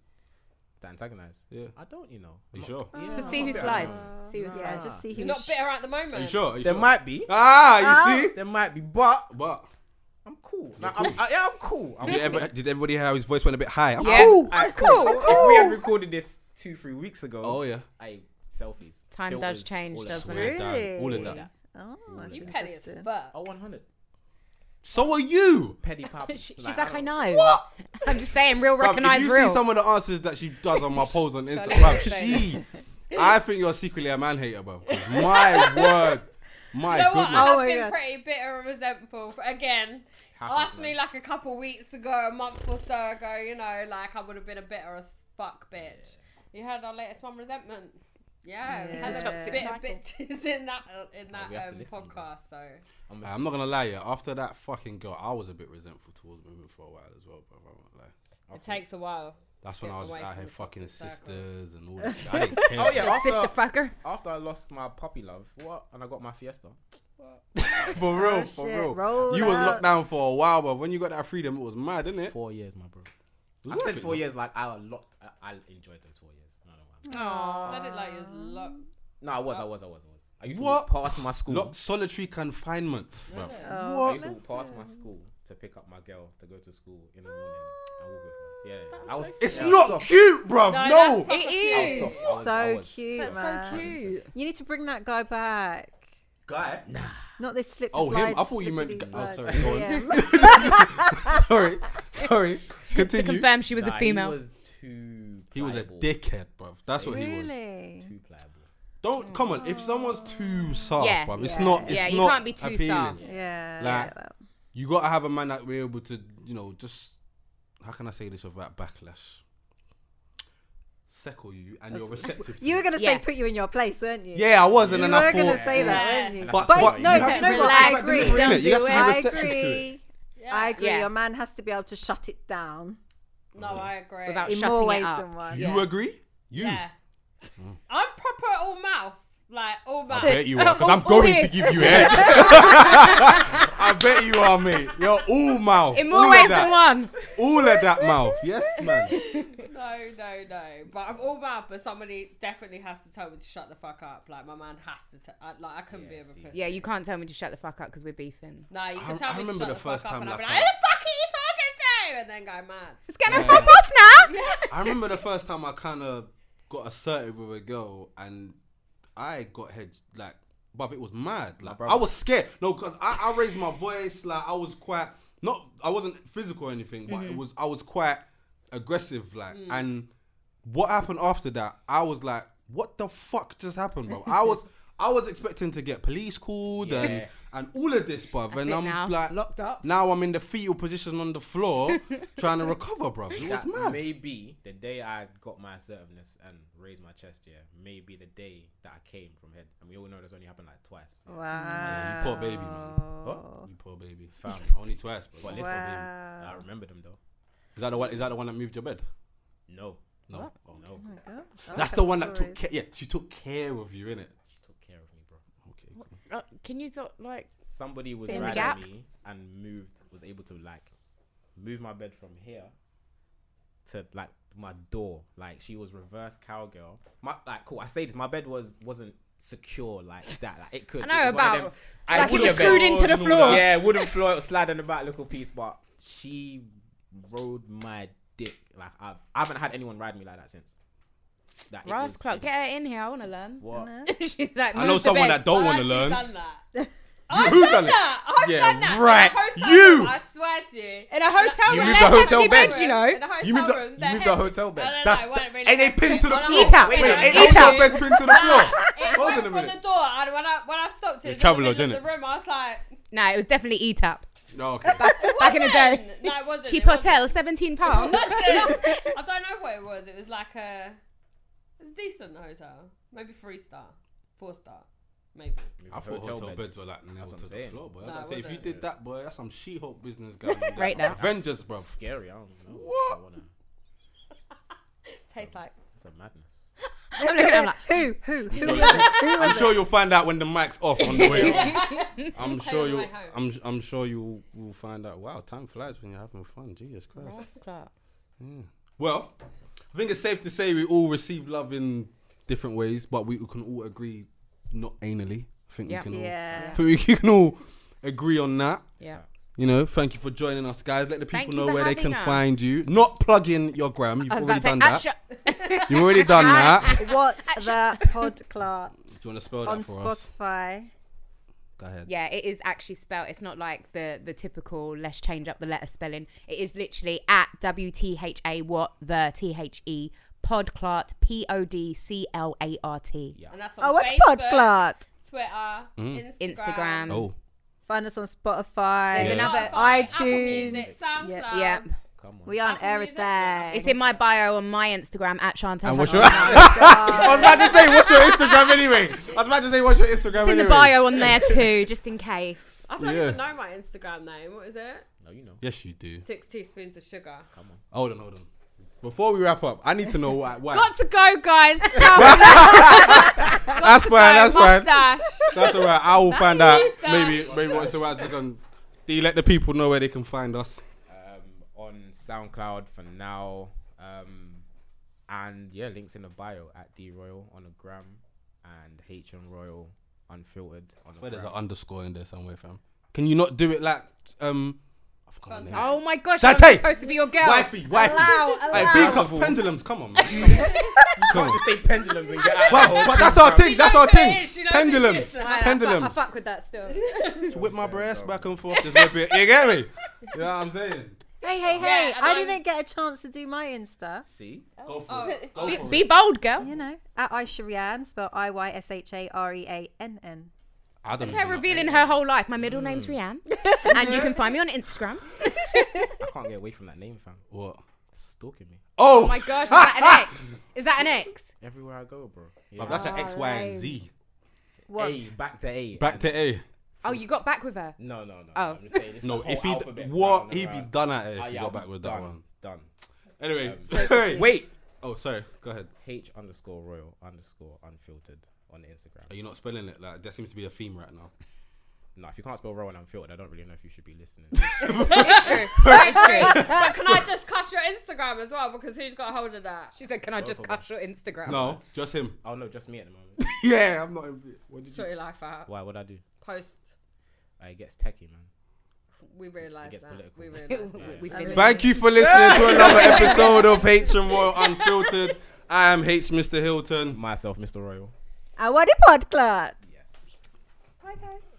To antagonize.
Yeah.
I don't, you know.
Are you sure?
Uh,
Are
Yeah.
See who slides. See who
Yeah,
slides.
just see who.
You're not
sh-
bitter at the moment.
you sure? Are you
There
sure?
might be.
ah, you see?
There might be, but
But um,
I'm cool. Like, I'm, I, yeah, I'm cool. I'm
did, ever, did everybody hear how his voice went a bit high? I'm-
Yeah.
All right,
cool.
If we had recorded this two, three weeks ago,
Oh, yeah.
I selfies.
Time does
filters,
change,
all of
doesn't
that.
it?
Swear down,
Really?
All of that.
Oh, that's
You petty as
interesting.
fuck.
Oh, 100.
So are you.
Petty pop. oh,
She- She's like, I
don't-
know.
What?
I'm just saying, real
Bruv,
recognize
if you
real.
see some of the answers that she does on my polls on Insta,
Charlie,
bruv,
it's
she, I think you're secretly a man hater, bruv. 'Cause My word, my
You know what?
goodness.
I
Oh
have
my
been
God.
pretty bitter and resentful. Again,
Happens,
asked
man.
me like a couple weeks ago, a month or so ago, you know, like I would have been a bitter as fuck bitch. You heard our latest one, resentment. Yeah, we had
Yeah.
a
Toxic
bit
cycle.
of bitches in that in that
Oh, we have to
um,
listen, man.
podcast. So
I'm
I'm not gonna lie, yeah. After that fucking girl, I was a bit resentful towards women for a while as well, bruv. I won't lie.
it takes a while.
That's when
Get
I was
away
just out
from
here
the
fucking
toxic circle.
sisters and all that. shit. I didn't care.
Oh, yeah. After,
Sister fucker.
after I lost my puppy love, what? And I got my Fiesta.
for real,
Oh,
for
shit.
real.
Roll
you was
out.
locked down for a while, but when you got that freedom, it was mad, didn't it?
Four years, my bro.
was
I
worth
said
it,
four
though.
years, like, I, lot, I, I enjoyed those four years. I don't know why.
Aww. Sounded like you was locked.
Um,
No, I was, I was, I was, I was. I used
What?
to walk past my school.
Locked solitary confinement, bruv.
I
What?
used to walk past my school to pick up my girl to go to school in the morning and walk with her. Yeah, I was.
It's
yeah, I was
not
soft.
cute, bruv. No.
that's proper
It
I
cute.
was soft. I was-
So
I was
cute,
soft.
man.
So cute.
You need to bring that guy back.
Guy.
Not this slip.
Oh, him?
slide,
I thought you meant-
slippity
oh,
slide.
sorry, go on.
Yeah.
sorry, sorry.
To
Continue.
confirm, she was
Nah,
a
He
female.
was too.
He was a
pliable.
dickhead, bruv. That's what he was.
Really?
Too pliable.
Don't come on. If someone's too soft,
Yeah.
bruv, it's
Yeah.
not. It's
Yeah, you
not
can't be too
appealing.
soft.
Yeah. I
Like-
get that.
You gotta have a man that we're able to, you know, just how can I say this without backlash? Seckle you, and you're receptive. to
You were
it.
gonna say
Yeah.
put you in your place, weren't you?
Yeah, I was, and
You
then
were
I thought.
gonna say that,
Yeah.
weren't you?
But-
But,
but-
no,
you
do
have
you
to
know
be
what? I
receptive
Relax,
to it,
agree.
don't
innit? You have to
do
be
it.
I
receptive to it.
agree.
Yeah.
I agree.
Yeah.
Your man has to be able to shut it down
no, I agree.
Without
in
Uh, Shutting
more
it
ways
up.
than one.
You
yeah.
agree? You.
yeah. I'm proper all mouth, like all mouth.
I bet you are,
Uh,
because I'm
all-
going
all
to
in.
give you head. I bet you are, mate. You're all mouth.
In more
all
ways
of that.
than one.
All of that mouth. Yes, man.
No, no, no. But I'm all mad. But somebody definitely has to tell me to shut the fuck up. Like my man has to. T- I, like I couldn't be
Yeah,
a pussy.
see.
Yeah, you can't tell me to shut the fuck up because we're beefing.
No, you
I-
can tell
I
me to
remember
shut
the
the,
first
fuck up,
time
and I'll be
like
like, "Who
that.
the fuck are you talking to?" And then go mad.
It's gonna pop off now.
I remember the first time I kind of got assertive with a girl, and I got head like, but it was mad. Like
brother.
I was scared. No, because I, I raised my voice. Like I was quite not. I wasn't physical or anything, but it was. I was quite aggressive. Like and what happened after that? I was like, what the fuck just happened, bro? I was. I was expecting to get police called
Yeah.
and And all of this, bruv. and
it
I'm
now.
like,
Locked up.
Now I'm in the fetal position on the floor trying to recover, bruv. It was
that
mad.
maybe the day I got my assertiveness and raised my chest, yeah, maybe the day that I came from head, and we all know that's only happened like twice. yeah.
Wow.
you poor baby, man.
What?
You poor baby.
Fam.
Only twice, bro.
But listen, I remember them though.
Is that the one? Is that the one that moved your bed?
No,
No. Oh.
no,
Oh my God. I like
That's the one that
story.
took. Care, yeah, she took care of you, innit?
she took care of me, bro.
Okay.
Uh, can you sort like
Somebody was
In the
riding
gaps.
me and moved, was able to like move my bed from here to like my door. Like she was reverse cowgirl. My like cool. I say this. My bed was wasn't secure like that. Like it could.
I know
it was one of
about-
them- I
like it
wouldn't
was
have-
screwed into
and
the
all
floor?
that.
yeah, wooden floor, it was sliding about little piece, but she rode my dick. Like I, I haven't had anyone ride me like that since. That it
Ross
was-
Clark?
it
Get her
was-
in here. I want to learn.
What?
She's like,
I
move
know
the
someone
bed.
that don't
I've
want to learn.
done that.
Who done it?
that. I've
Yeah,
done that.
right.
In a hotel
You.
Room, I swear to you.
in a hotel
You
room.
moved
There's
the hotel
empty
bed.
beds, you
In a
know.
hotel
You moved the-
room.
you
they're
moved the
heavy.
hotel bed.
No, no, no,
That's
it
the-
wasn't really
ain't they
heavy.
pinned to the
When I-
floor?
Eat out.
Wait,
Wait,
no,
ain't
eat
ain't that
out.
bed pinned to the floor?
It
Hold
went
on a
from
minute.
the door, and when I when I stopped
It's
it,
travel
in the middle
lodge,
of the room, I was like,
No, it was definitely E ETAP.
No, okay.
Back in the day,
"N- no, it wasn't.
cheap
it wasn't.
hotel, seventeen pounds.
I don't know what it was. It was like a, it was a decent hotel, maybe three star, four star, maybe.
I thought hotel, beds. were like nailed
That's what
to
I'm
the
saying.
floor, boy.
Nah,
I say, if you
wasn't.
did that, boy, that's some She-Hulk business guy.
Right now.
Avengers, bro.
Scary. I don't know.
What?
I wanna,
Taste like
it's a madness.
I'm looking at him like,
Who? Who? Who?
I'm sure you'll find out when the mic's off on the way. home. I'm sure
on the
you.
way home.
I'm. I'm sure you will find out. Wow, time flies when you're having fun. Jesus Christ.
Ross Clark.
Well, I think it's safe to say we all receive love in different ways, but we can all agree not anally. I think
Yeah.
we can all.
Yeah.
I think we can all agree on that.
Yeah.
You know, thank you for joining us, guys. Let the
Thank
people know
you for
where they
having
can
us.
find you. Not plugging your gram. You've
I was
already
about to
done
say,
that.
"Acha-"
You've already done that.
At what the podclart
Do you want to spell
on
that for us?
Spotify.
Go ahead.
yeah, it is actually spelled. It's not like the the typical let's change up the letter spelling. It is literally at W T H A what the T H E Podclart P O D C L A R T.
and that's on
Oh, what
Facebook,
podclart?
Twitter, Instagram,
Instagram.
Oh,
Find us on Spotify.
There's another-
Spotify, Apple
iTunes.
Music, SoundCloud.
Yeah.
Come on.
We on
Apple Music.
It's
everything.
in my bio on my Instagram at Shantan.
and what's your? I was about to say what's your Instagram anyway. I was about to say what's your Instagram
It's in
anyway.
the bio on there too, just in case.
I don't
Yeah.
even know my Instagram name. What is it?
No, you know.
Yes, you do.
Six teaspoons of sugar.
Hold on, hold on. Before we wrap up, I need to know why. why.
Got to go, guys. Ciao. Got
that's
to
fine.
go.
That's fine.
Mustache.
That's all right. I will find out.
is that.
Maybe, maybe once the while second. Do you let the people know where they can find us?
Um, on SoundCloud for now. Um, and yeah, links in the bio at D Royal on the gram and H on Royal unfiltered on the
Where there's
gram.
an underscore in there somewhere, fam. Can you not do it like um? I forgot her name.
Oh my gosh,
Shante!
I'm supposed to be your girl.
Wifey, wifey.
Allow,
Hey,
allow.
big up pendulums. Come on, man. Come on.
Just say pendulums and get out.
But,
of the
but
whole
that's
thing,
our
bro.
thing. That's our
knows who it
thing.
is, she knows who she
Pendulums.
is now. I fuck-
I
Pendulums.
fuck with that still.
Whip my breast back and forth. Just whip it. You get me? You know what I'm saying?
Hey, hey, hey!
Yeah, and
I
I'm-
didn't get a chance to do my Insta.
See,
Go
Oh.
for it. Go
Be,
for
be
it.
bold, girl.
You know, at Isharian, spelled I Y S H A R E A N N.
I don't
Her
even know.
revealing her whole life. My middle name's Rianne, and you can find me on Instagram.
I can't get away from that name, fam.
What?
It's stalking me
Oh,
Oh my gosh, is that an X? Is that an X?
everywhere I go, bro. Yeah.
Bruv, That's an X, Y, and Z.
What?
A back to A.
Back
and-
to A.
Oh, you got back with her.
No, no, no. no,
Oh.
I'm just saying, it's
No,
the whole
if he
alphabet
what
round and
he'd be
round.
done at it if
Ah,
he
yeah,
got
I'm
back with that
done,
one.
Done.
Anyway,
Wait.
Oh, sorry. Go ahead.
H underscore royal underscore unfiltered on Instagram.
Are you not spelling it? Like there seems to be a theme right now.
No, if you can't spell royal and unfiltered, I don't really know if you should be listening.
It's true. It's true.
but can I just cuss your Instagram as well? Because who's got hold of that?
She said, "Can I just
of
cut your Instagram?"
No, just him.
oh no, just me at the moment.
yeah, I'm not. What did
Sort your life out.
Why? What I do?
Post.
Uh, it gets techie, man.
We realise
gets
that.
political.
We realise.
We-
that.
we finished.
Thank you for listening to another episode of H and Royal Unfiltered. I am H, Mr. Hilton.
Myself, Mr. Royal.
I want a podclart.
Yes.
Bye guys.